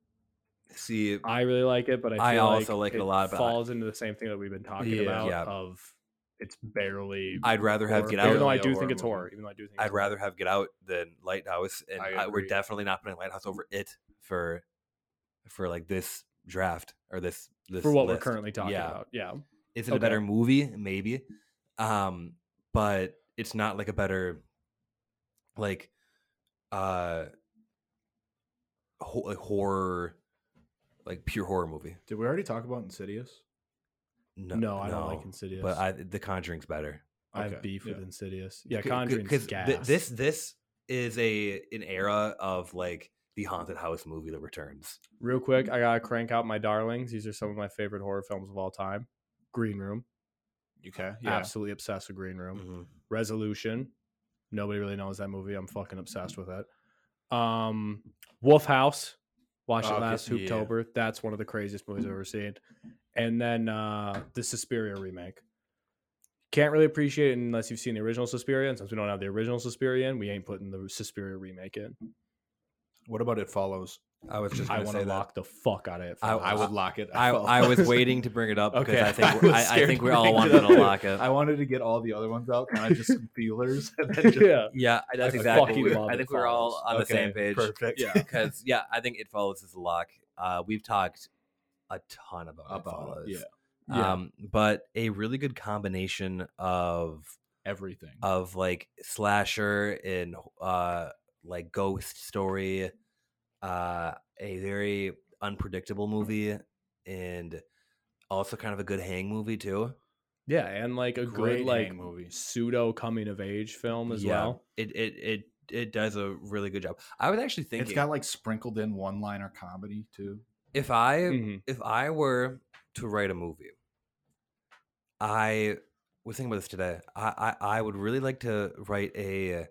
See, I really like it, but I, feel I also like it a lot, but I- Falls into the same thing that we've been talking Yeah. about. Yeah. Of it's barely. I'd rather have horror, Get Even Out. though I Yeah, do horror think it's movie. horror. Even though I do think I'd it's rather have Get Out than Lighthouse, and I I we're agree. definitely not putting Lighthouse over it for for like this draft or this this for what we're list. currently talking Yeah. about. Yeah. Is it Okay. a better movie? Maybe, um, but it's not like a better like uh ho- like horror like pure horror movie. Did we already talk about Insidious? No, No, I don't like Insidious. But I, The Conjuring's better. I have Okay, beef with yeah. Insidious. Yeah, C- c- Conjuring's gas. th- this this is a an era of like the haunted house movie that returns. Real quick, I gotta crank out my darlings. These are some of my favorite horror films of all time. Green Room, Okay. absolutely obsessed with Green Room. Mm-hmm. Resolution, nobody really knows that movie. I'm fucking obsessed with it. Um, Wolf House, watched it Okay, last yeah. Hooptober. That's one of the craziest movies I've ever seen. And then uh, the Suspiria remake. Can't really appreciate it unless you've seen the original Suspiria. And since we don't have the original Suspiria, in, we ain't putting the Suspiria remake in. What about it follows? *clears throat* I was just I gonna want say to that. lock the fuck out of it. I- folks. *laughs* I would lock it. I, felt- I was *laughs* waiting to bring it up because Okay, I think I we're, was I, I scared think to we all bring wanted it up, to too. lock it. I wanted to get all the other ones out and I *laughs* just some feelers and then just yeah. Yeah, I- that's I exactly. fucking what we- love I It think we're all Follows. on the same Okay, page. Perfect. Yeah, because yeah, I think it follows is a lock. Uh, we've talked a ton about, About it, it follows. yeah. Yeah. Um, but a really good combination of Everything. of like slasher and uh like ghost story, uh, a very unpredictable movie, and also kind of a good hang movie too. Yeah, and like a Great good like hang movie. pseudo coming of age film as Yeah, well. It it it it does a really good job. I was actually thinking It's got like sprinkled in one liner comedy too. if I Mhm. if I were to write a movie, I was thinking about this today. I, I I would really like to write a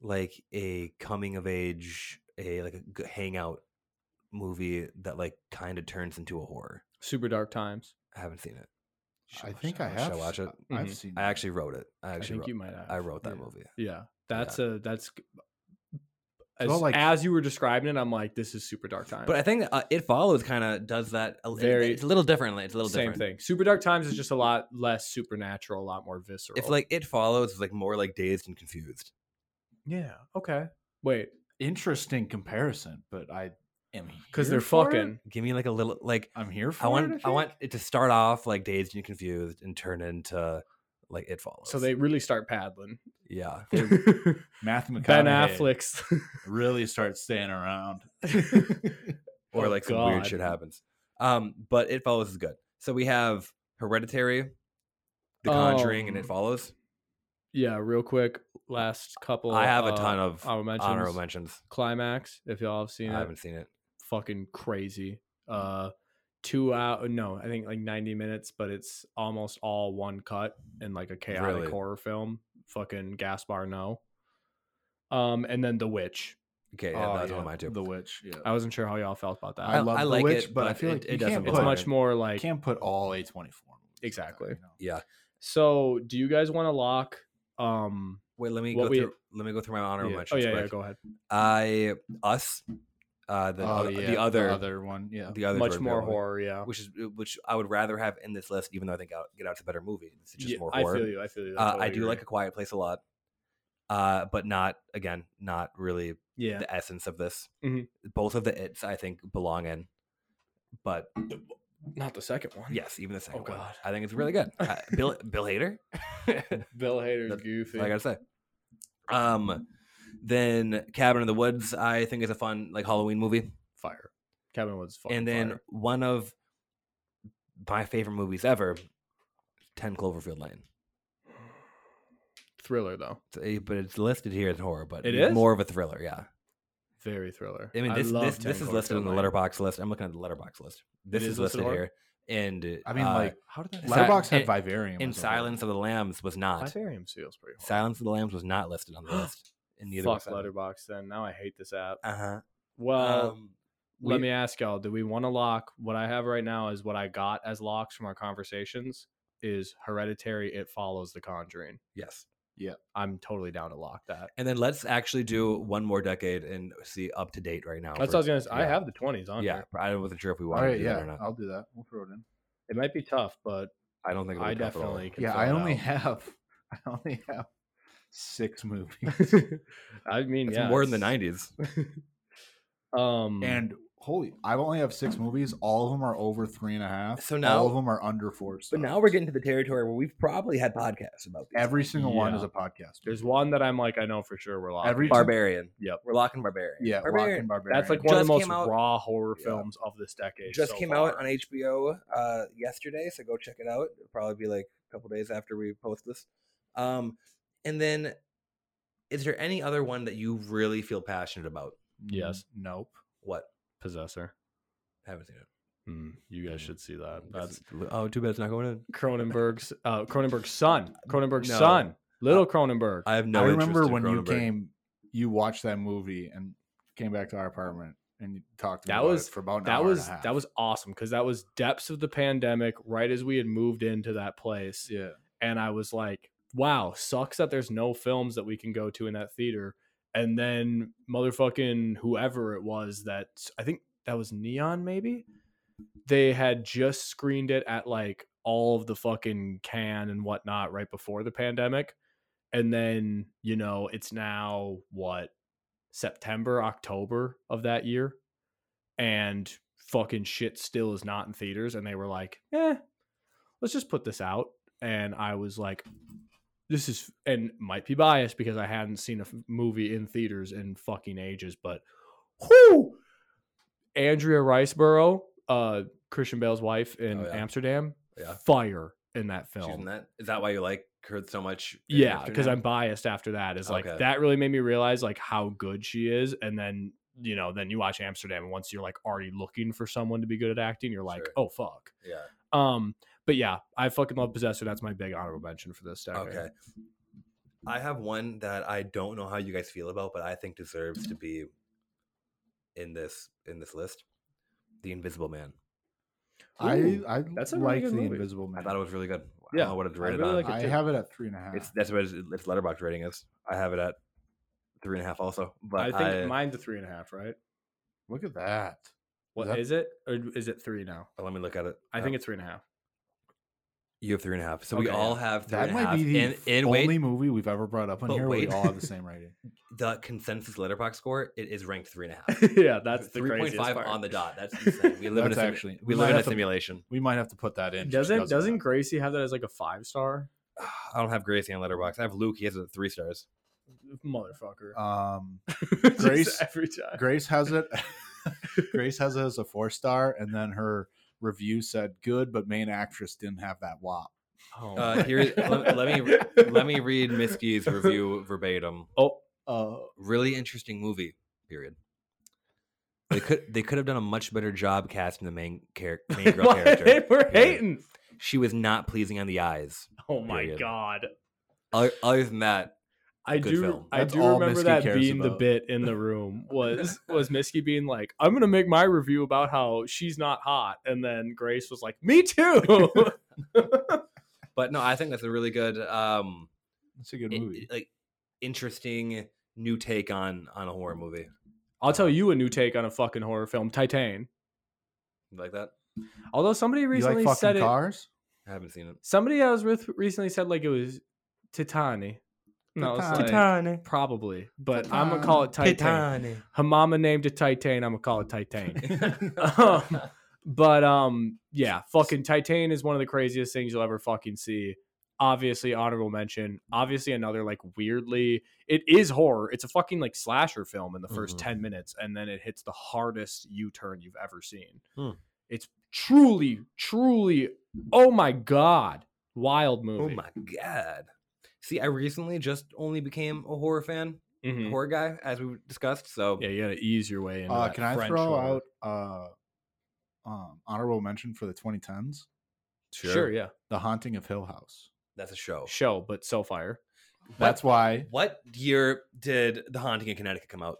like a coming of age, a like a g- hangout movie that like kind of turns into a horror. Super dark times. I haven't seen it. Should I watch think it. I Should have. uh, watch it. Mm-hmm. I've Mhm. seen. I actually wrote it. I I actually think wrote, you might have. I wrote that yeah. movie. Yeah, that's a that's as, So, like- as you were describing it, I'm like, this is super dark times. But I think uh, it follows kind of does that. A, Very- Very, it's a little different. It's a little same different. thing. Super dark times is just a lot less supernatural, a lot more visceral. If like it follows, it's like more like dazed and confused. yeah, okay, wait, interesting comparison, but I am because here they're for it. fucking Give me like a little like I'm here for I it. want I think. want it to start off like dazed and confused and turn into like it follows. so they Oh, really start *laughs* paddling. *laughs* yeah. ben Matthew McConaughey *laughs* Affleck's really starts staying around. Or Oh, like some weird God. shit happens. Um, but it follows is good. So we have Hereditary, The Conjuring, and it Um, follows. yeah, real quick, last couple. I have a uh, ton of honorable mentions. honorable mentions. climax. If y'all have seen I it, haven't seen it. fucking crazy. Mm. Uh, two out. No, I think like ninety minutes, but it's almost all one cut and like a chaotic Really? horror film. Fucking Gaspar No. Um, and then The Witch. Okay, yeah, Oh, that's yeah, one of mine too. The Witch. Yeah. I wasn't sure how y'all felt about that. I I- love I The like Witch, it, but I but feel it- like it you doesn't can't belong it's put, much more you like. can't put all A24 movies. in there, Exactly. you know? yeah. So, do you guys want to lock? Um. Wait, let me What go we- through let me go through my honorable yeah. Oh mentions. yeah, yeah. quick. Go ahead. I us, uh the, Oh, uh, yeah, the other the other, other one. Yeah. Jordan Much Peele more movie. horror. Yeah. uh, which is which I would rather have in this list, even though I think Out- Get Out's a better movie. It's just Yeah, more I horror. feel you. I feel you. I uh, I totally do like A agree. Quiet Place a lot, uh, but not again, not really Yeah. the essence of this. Mhm. Both of the its I think belong in, but Not the second one. yes, even the second one, Oh, God. I think it's really good. *laughs* Uh, Bill Bill Hader, *laughs* Bill Hader's That- goofy. I gotta say. Um, then Cabin in the Woods, I think is a fun like Halloween movie. fire. Cabin Woods. fucking and then fire. one of my favorite movies ever, Ten Cloverfield Lane. thriller though, It's a- eh, but it's listed here as horror, but It it's is? more of a thriller. Yeah, very thriller. I mean this love this, Ten this is listed Cloverfield on the Lane. letterbox list. I'm looking at the letterbox list. This is is, listed listed horror? here, and I mean, uh, like, How did Si- that? Letterbox had and- Vivarium. in as a horror. Silence of the Lambs was not. Vivarium feels pretty. Hard. Silence of the Lambs was not listed *gasps* on the list. And neither Fuck was letterbox. Then now I hate this app. Uh huh. Well, um, let we- me ask y'all: Do we want to lock what I have right now? Is what I got as locks from our conversations is Hereditary. It follows The Conjuring. yes. I'm totally down to lock that. And then let's actually do one more decade and see up to date right now. That's what for- I was gonna. Say. I yeah. have the 20s on Yeah, here. I wasn't sure if we All wanted right. to do that Yeah. or not. I'll do that. We'll throw it in. It might be tough, but I don't think it'll I be tough at all. definitely. Can Yeah. fill I it only out. have. *laughs* I only have six *laughs* movies. *laughs* I mean, It's yeah, more than the it's- '90s. Um, And holy, I only have six movies. All of them are over three and a half. So all of now- them are under four. But stars. now we're getting to the territory where we've probably had podcasts about these. every single one is Yeah. a podcast. there's one that I'm like, I know for sure we're locking. Every Barbarian. Yep. we're locking Barbarian. yeah, Barbarian. Barbarian. Barbarian. That's like one of the Just most came out- raw horror Yeah. films of this decade. just so came far. out on HBO uh, yesterday, so go check it out. It'll probably be like a couple days after we post this. Um, and then Is there any other one that you really feel passionate about? Yes. Nope. What? Possessor. haven't seen it. Mm, you guys should see that. Uh, That's oh, too bad it's not going in. Cronenberg's uh, Cronenberg's *laughs* son. Cronenberg's No. Uh, son. Little Cronenberg. I have no. I interest remember in when you Cronenberg. came, you watched that movie and came back to our apartment and you talked to me That about it was- for about an that hour was and a half. that was awesome because that was depths of the pandemic, right as we had moved into that place. yeah. and I was like, wow, sucks that there's no films that we can go to in that theater. And then motherfucking whoever it was that I think that was Neon maybe. They had just screened it at like all of the fucking can and whatnot right before the pandemic. And then, you know, it's now what September, October of that year. And fucking shit still is not in theaters. And they were like, eh, let's just put this out and I was like, this is and might be biased because I hadn't seen a f- movie in theaters in fucking ages, but whoo, Andrea Riceborough, uh, Christian Bale's wife in Oh, yeah. Amsterdam, Yeah. fire in that She's film. in that. Is that why you like her so much? uh, yeah, after because now? I'm biased after that. Is like Okay. that really made me realize like how good she is, and then you know then you watch Amsterdam, and once you're like already looking for someone to be good at acting, you're like, Sure. oh fuck. Yeah. Um, but yeah, I fucking love Possessor. That's my big honorable mention for this decade. Okay. I have one that I don't know how you guys feel about, but I think deserves Mm-hmm. to be in this in this list. The Invisible Man. I, Ooh, I that's a really like good the movie. Invisible Man. I thought it was really good. I Yeah, don't know what it's I rated really on. like it I too. have it at three and a half. it's that's what its, its letterbox rating is. I have it at three and a half also. But I I think mine's a three and a half, right? Look at that. What is that- it? Or is it three now? let me look at it. I think Uh, it's three and a *laughs* half. you have three and a half. So we Okay, all have three That and a half. might be the and, and only wait, movie we've ever brought up on But here where wait. we all have the same rating. the consensus letterbox score it is ranked three and a half. yeah, *laughs* that's the three point craziest five part. on the dot. That's insane. *laughs* We live in a That's simu- actually- we we live might in a have to- simulation. We might have to put that in. just Doesn't because of doesn't that. Gracie have that as like a five star *sighs* I don't have Gracie on letterbox. I have Luke. He has it at three stars. motherfucker? Uh, um, *laughs* Just Grace- every time. Grace has it. *laughs* Grace has it as a four star, and then her review said good, but main actress didn't have that wop. Oh Uh, my *laughs* here, let, God. let me let me read Miski's review verbatim. Oh, Uh, Really interesting movie. Period. They could they could have done a much better job casting the main, char- main *laughs* girl why character. they were hating? She was not pleasing on the eyes. Oh my Period. god! Other, other than that, I Good do. film. I That's do all remember Misky that cares being the about. bit in the *laughs* room was was Misky being like, "I'm gonna make my review about how she's not hot," and then Grace was like, "Me *laughs* too." but no, I think that's a really good, um, it's a good i- movie. like interesting new take on on a horror movie I'll tell you a new take on a fucking horror film, Titan. You like that. Although somebody You like recently said fucking it, cars? I haven't seen it. somebody I was with recently said like it was Titani. No, it's like, probably, but I'm gonna call it Titan. Her mama named it Titan. I'm gonna call it *laughs* Titan. *laughs* Um, but um, yeah, fucking Titan is one of the craziest things you'll ever fucking see. Obviously, honorable mention. Obviously, another like weirdly, it is horror. It's a fucking like slasher film in the 1st Mhm. ten minutes, and then it hits the hardest U turn you've ever seen. Hmm. It's truly, truly, oh my god, wild Oh movie. my god! See, I recently just only became a horror fan, Mhm. horror guy, as we discussed. So Yeah, you gotta ease your way into Uh, that can I French throw horror. out uh, um, honorable mention for the 2010s? Sure. yeah, The Haunting of Hill House. that's a show. show, but so fire. That's why What year did The Haunting in Connecticut come out?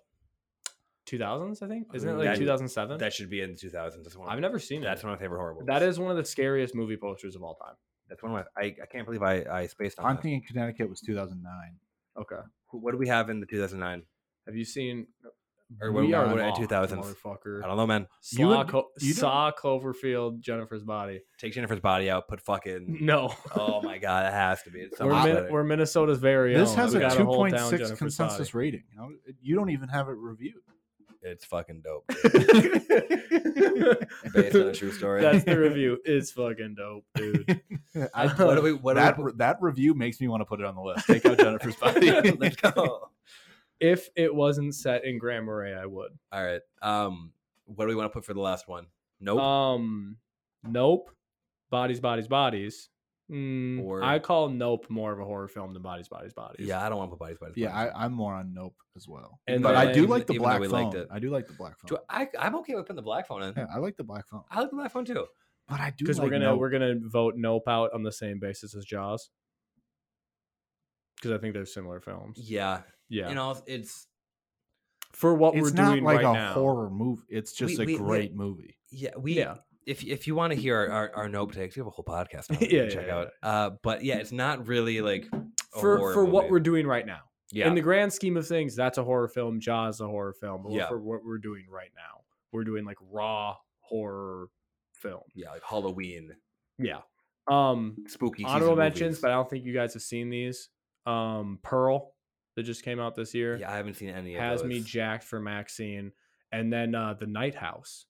2000s, I think. Isn't it That- like 2007? That should be in the 2000s. That's one of- I've never seen That's that. one of my favorite horror movies. That is one of the scariest movie posters of all time. That's one of my. I, I can't believe I, I spaced on that. Haunting in Connecticut was 2009. Okay. Who- What do we have in the 2009? Have you seen? Or what- we are what- Law, 2000s. I motherfucker. don't know, man. Saw, You would- Co- you don't- Saw Cloverfield, Jennifer's body. Take Jennifer's body out. Put fucking. *laughs* No, oh my god, it has to be. It's we're, something Min- better. we're Minnesota's very This own. has We a gotta hold down 2.6 Jennifer's *laughs* consensus Body. rating. How- You don't even have it reviewed. It's fucking dope. *laughs* Based Based on a true story. That's *laughs* the review. It's fucking dope, dude. *laughs* I, what do we? What that, do we? re- that review makes me want to put it on the list. Take out Jennifer's *laughs* body. *laughs* Let's go. If it wasn't set in Grand Marais, I would. All right. Um, what do we want to put for the last one? Nope. Um, nope. Bodies, bodies, bodies. Mm, Or- I call Nope more of a horror film than Bodies, Bodies, Bodies. Yeah, I don't want to put bodies, bodies. Yeah, Bodies. I, I'm more on Nope as well. And but I do then- like the even though black we phone. liked it. I do like the black phone. Oh. Do I, I'm okay with putting the black phone in. yeah, I like the black phone. I like the black phone too. But I do because like we're gonna Nope. we're gonna vote Nope out on the same basis as Jaws. Because I think they're similar films. Yeah, Yeah, you know, it's for what it's we're not doing like right a now. horror movie. It's just We- a we- we- great movie. yeah we Yeah. if if you want to hear our, our, our nope takes, we have a whole podcast. On it *laughs* Yeah, yeah, check yeah, out. Uh, but yeah, it's not really like a for horror for what movie. we're doing right now. yeah In the grand scheme of things, that's a horror film. Jaws is a horror film. But Yeah. for what we're doing right now, we're doing like raw horror film. yeah like Halloween Yeah. Um, spooky season honorable movies. mentions, but I don't think you guys have seen these. Um, Pearl that just came out this year yeah, I haven't seen any of has those. me jacked for Maxine, and then uh, the Night House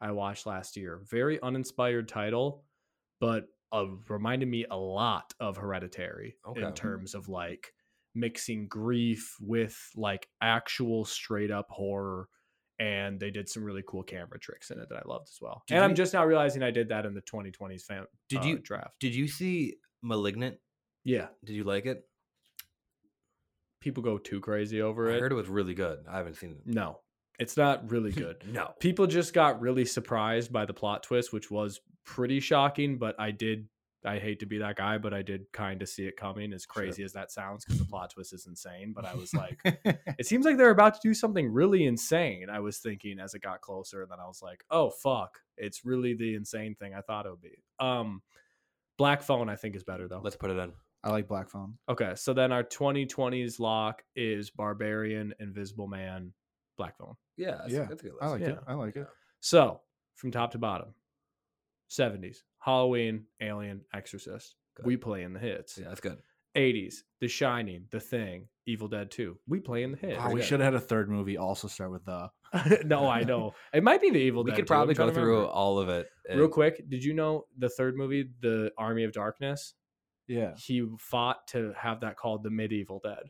I watched last year. Very uninspired title, but uh, reminded me a lot of Hereditary Okay. in terms of like mixing grief with like actual straight up horror. And they did some really cool camera tricks in it that I loved as well. Did and I'm you- just now realizing I did that in the 2020s fam- Did uh, you- draft. Did you see Malignant? Yeah, Did you like it? people go too crazy over I it. heard it was really good. I haven't seen it. No, it's not *laughs* really good. No. people just got really surprised by the plot twist, which was pretty shocking. But I did, I hate to be that guy, but I did kind of see it coming. As Sure. crazy as that sounds, because the plot twist is insane. But I *laughs* was *laughs* like, it seems like they're about to do something really insane. I was thinking as it got closer, and then I was like, oh fuck, it's really the insane thing I thought it would be. Um, Black Phone, I think, is better though. Let's put it in. I like black phone. Okay, so then our 2020s lock is Barbarian, Invisible Man, Black Phone. Yeah, that's, Yeah, that's a good I list. like it. yeah. I like it. So from top to bottom, 70s, Halloween, Alien, Exorcist. Good. We play in the hits. Yeah, that's good. 80s, The Shining, The Thing, Evil Dead 2. We play in the hits. Wow, Oh, we should have had a third movie also start with the. *laughs* no, I know. It might be the Evil We Dead. could 2, I'm probably trying go to through remember. all of it. Real and- quick, did you know the third movie, The Army of Darkness? Yeah. He fought to have that called the Medieval Dead,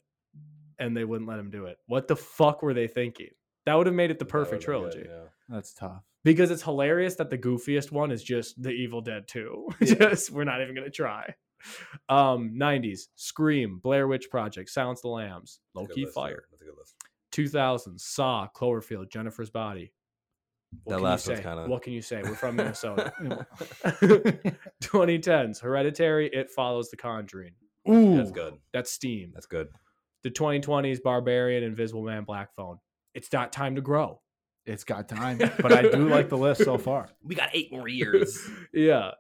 and they wouldn't let him do it. What the fuck were they thinking? That would have made it the That perfect would've trilogy. been good, yeah. That's tough. because it's hilarious that the goofiest one is just the Evil Dead *laughs* 2. just we're not even gonna try. Um, 90s, Scream, Blair Witch Project, Silence of the Lambs, That's a good Loki list, yeah. Fire, That's a good list. 2000, Saw, Cloverfield, Jennifer's Body. That can you last one's say? kinda- What can you say? We're *laughs* from Minnesota. *laughs* 2010s, Hereditary, It Follows the Conjuring. Ooh, That's good. That's Steam. That's good. The 2020s, Barbarian, Invisible Man, Black Phone. It's not time to grow. It's *laughs* got time, but I do like the list so far. We got eight more years. yeah.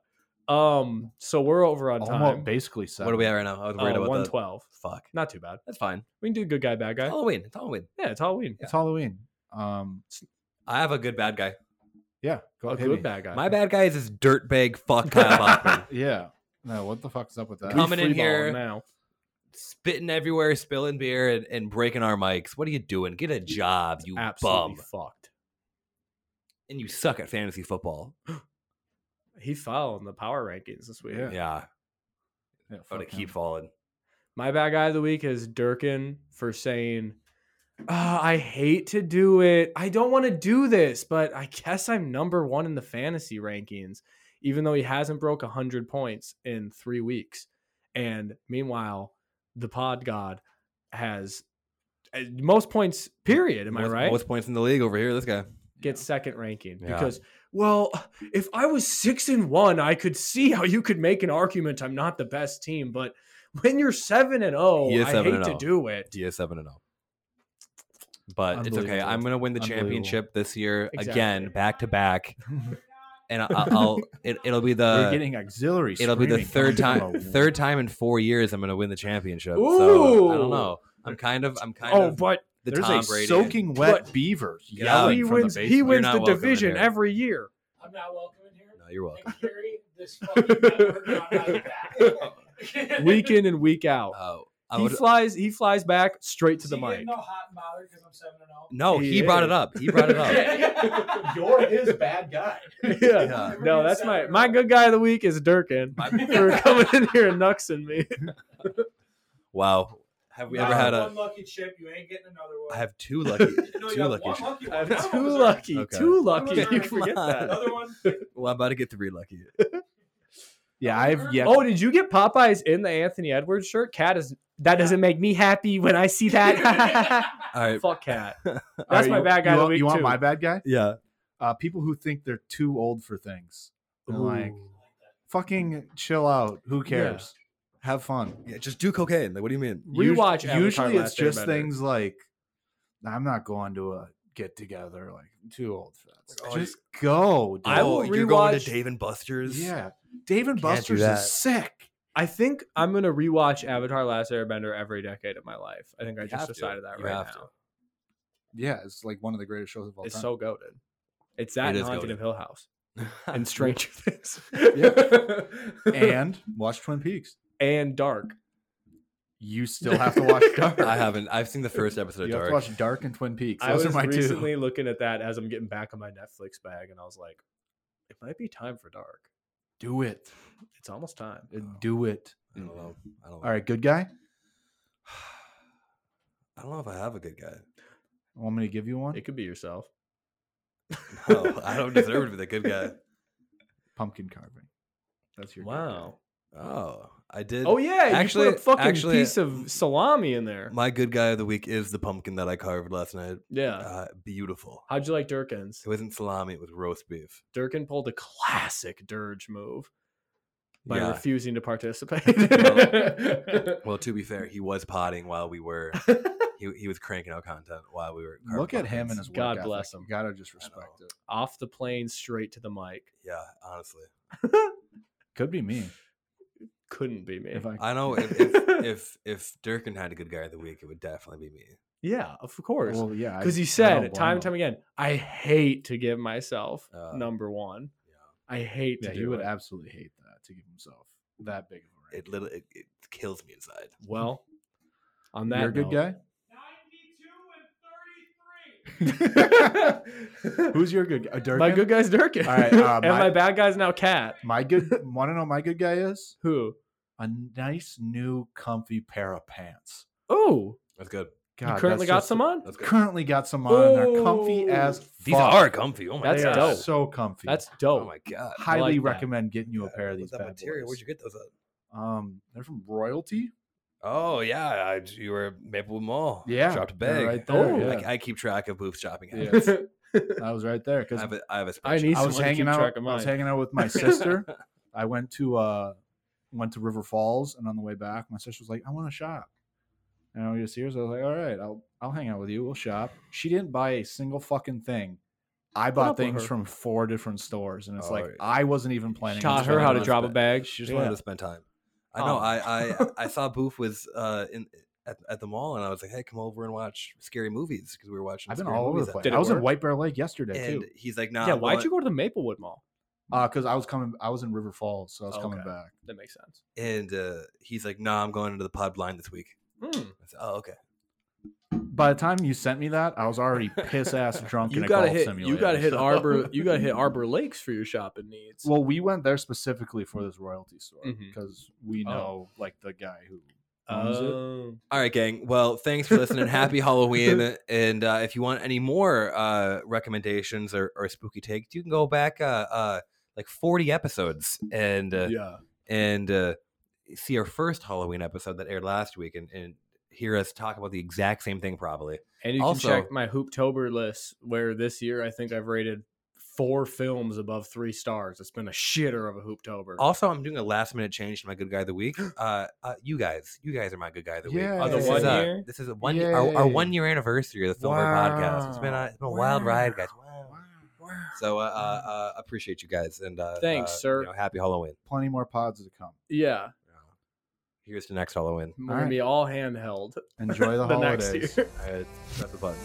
Um. So we're over on time. Almost basically seven. what are we at right now? I was worried Uh, about that. 112. Fuck. Not too bad. That's fine. We can do good guy, bad guy. Halloween. It's Halloween. yeah, it's Halloween. It's Halloween. Um. I have a good bad guy. Yeah. Go A hit me. good bad guy. My bad guy is this dirtbag fuck Kyle Bachman. Yeah. No. What the fuck is up with that? We Coming in freeballing here. now. Spitting everywhere, spilling beer, and, and breaking our mics. What are you doing? Get a job, you Absolutely bum. fucked. And you suck at fantasy football. He fell in the power rankings this week. Yeah. Yeah. Yeah, I'm going fuck to him. keep falling. My bad guy of the week is Durkin for saying, "Ah, I hate to do it. I don't want to do this, but I guess I'm number one in the fantasy rankings, even though he hasn't broke 100 points in three weeks. And meanwhile, the pod god has uh, most points, period. Am I Most- right? Most points in the league over here. This guy. gets second ranking Yeah. because well if i was six and one i could see how you could make an argument i'm not the best team but when you're seven and oh He is i seven hate and to oh. do it DS seven and zero. But it's okay. Unbelievable. I'm gonna win the Unbelievable. championship this year Exactly. again, back *laughs* to back, and I- I'll, I'll it, it'll be We're the getting auxiliary. uh, it'll be the screaming third coming time from a- third time in four years I'm gonna win the championship. So I Ooh. don't know. I'm kind of I'm kind oh of but the There's Tom a *laughs* Brady. soaking wet But- beaver Get yelling he from wins the he basement. wins not the welcome in division here. every year *laughs* *laughs* I'm not welcome in here. No, you're welcome. They carry this fucking network on out of *laughs* that. week in and week out Oh, I he would, flies he flies back straight to Is the he getting *laughs* mic No hot and bothered because I'm seven and oh. no, He he, brought is. it up. He brought it *laughs* up. *laughs* You're his bad guy. yeah. Yeah. no that's my my good guy of the week is *laughs* durkin for coming in here and nuxing me Wow. Have we ever had a? one lucky chip? You ain't getting another one. I have two *laughs* lucky, no, you two got lucky. One sh- lucky one. None of i'm them deserve too it. lucky Okay. too lucky Come you on. forget that Another one. Well, I'm about to get three lucky. Yeah, I've yet. Oh, did you get Popeyes in the Anthony Edwards shirt? Cat is that doesn't make me happy when I see that. *laughs* All right. Fuck *laughs* cat. All that's my you- bad guy You, of the want, week, you want too. my bad guy? Yeah. Uh, people who think they're too old for things. They're like, fucking chill out. Who cares? Have fun. yeah. Just do cocaine. Like, what do you mean? Usu- Rewatch Avatar Usually, it's Last Airbender. just things like, "I'm not going to a get together." Like, I'm too old for that. Oh, just go. Dude. I will oh, you're going rewatch- to Dave and Buster's. *laughs* Yeah, Dave and Can't do Buster's that. is sick. I think I'm gonna rewatch Avatar: Last Airbender every decade of my life. I think I You just have to. decided that You right have to. now. Yeah, it's like one of the greatest shows of all It's *laughs* time. so goaded. It's that It and is Haunted goated. of Hill *laughs* House and Stranger Things *laughs* and watch Twin Peaks. and *laughs* Dark. You still have to *laughs* watch Dark. I haven't. I've seen the first episode You of have Dark. to watch Dark and Twin Peaks. I Those was are my recently two. looking at that as I'm getting back on my Netflix bag, and I was like, it might be time for Dark. Do it. It's almost time. Do it. I Oh. don't know. I don't know. All right, good guy. I don't know if I have a good *laughs* guy. Want me to give you one? It could be yourself. No, I don't deserve to be the good guy. Pumpkin carving. That's your good Wow. Oh, I did. Oh yeah, actually, you Actually- put a fucking actually- piece of salami in there. My good guy of the week is the pumpkin that I carved last night. yeah. Uh, beautiful. How'd you like Durkin's? It wasn't salami. It was roast beef. Durkin pulled a classic dirge move by yeah. refusing to *laughs* participate. well, to be fair, he was potting while *laughs* we were. he, he was cranking out content while we were. guy. carving Look at him pumpkins. and his work God ethic. bless him. You gotta just respect it. *laughs* Off the plane, straight to the mic. Yeah, honestly, Could be me. Couldn't be me. If I, I know *laughs* if if, if if Durkin had a good guy of the week, it would definitely be me. yeah, of course. well, yeah, I- because he I said don't time and blame time him. again, I hate to give myself Uh, number one. Yeah, I hate to Yeah, do he would it. *laughs* absolutely hate that to give himself that big of a rank. it literally it, it kills me inside. well, on that You're a good note- guy. 92 and 33. *laughs* Who's your good guy? Durkin? My good guy's Durkin. All right, uh, *laughs* and my- my bad guy's now Cat. My good. Want to know my good guy is Who? a nice new comfy pair of pants. Oh, That's good. you God, currently Ah, that's got just- some on. That's good. Currently got some on. and They're comfy Ooh. as These fuck. are comfy. Oh my That's They are god. dope. So comfy. That's Oh dope. my god. I highly like that. recommend getting you a pair of What's these. that bad material? boys. Where'd you get those at? Um, they're from *laughs* Royalty. Oh yeah, I, you were at Maplewood Mall. Yeah, dropped a they're bag. right there, Oh, yeah. I, I keep track of Booth's shopping Yeah. habits. I was right there I because have a, I have a I spreadsheet. need I was someone to hanging keep out. track I of mine. was hanging out with my sister. I went to uh went to River Falls, and on the way back, my sister was like, "I want to shop." And I was just here, so I was like, "All right, I'll I'll hang out with you. We'll shop." She didn't buy a single fucking thing. I up bought with things her? from four different stores, and it's Oh, like yeah. I wasn't even planning. on Taught her spending how money. to Spend- drop a bag. She just wanted Yeah. to spend time. I Oh. know. I, *laughs* I I saw Booth was uh, in at, at the mall, and I was like, "Hey, come over and watch scary movies" because we were watching. I've been scary all over movies the at place. Did I it was in work? White Bear Lake yesterday And too, he's like, "Nah." yeah, I'm why'd going- you go to the Maplewood Mall? because I was coming. I was in River Falls, so I was Oh, coming okay. back. That makes sense. And uh, he's like, "Nah, I'm going into the pod blind this week." Hmm. I said, oh, okay. By the time you sent me that, I was already piss ass drunk. in You a gotta golf hit. Simulator, You gotta hit *laughs* so- Arbor. You gotta hit Arbor Lakes for your shopping needs. Well, we went there specifically for this royalty store Mhm. because we Oh. know like the guy who owns it. Oh. All right, gang. Well, thanks for listening. Happy *laughs* Halloween. And uh, if you want any more uh, recommendations or, or spooky takes, you can go back uh, uh, like 40 episodes and uh, yeah, and uh, see our first Halloween episode that aired last week and, and hear us talk about the exact same thing, probably. And you Also- can check my Hooptober list, where this year I think I've rated four films above three stars. It's been a shitter of a Hooptober. Also, I'm doing a last minute change to my good guy of the *gasps* week. Uh, uh, you guys, you guys are my good guy of the week. Yay. On the This is, one uh, year? This is a one our, our Yay. one year anniversary of the Film Bird Podcast. It's been a, it's been a wild ride, guys. Wow. So uh, uh, uh, appreciate you guys and uh, Thanks, uh, sir. you know, happy Halloween. plenty more pods to *laughs* come. yeah, Here's to next Halloween. we're Alright. gonna be all handheld Enjoy the, the holidays. next year. All right, press the button.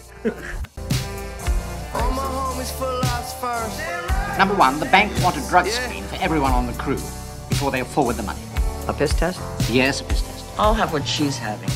All my homies philosophers. Number one, the bank want a drug screen for everyone on the crew before they forward the money. A piss test? Yes, a piss test. I'll have what she's having.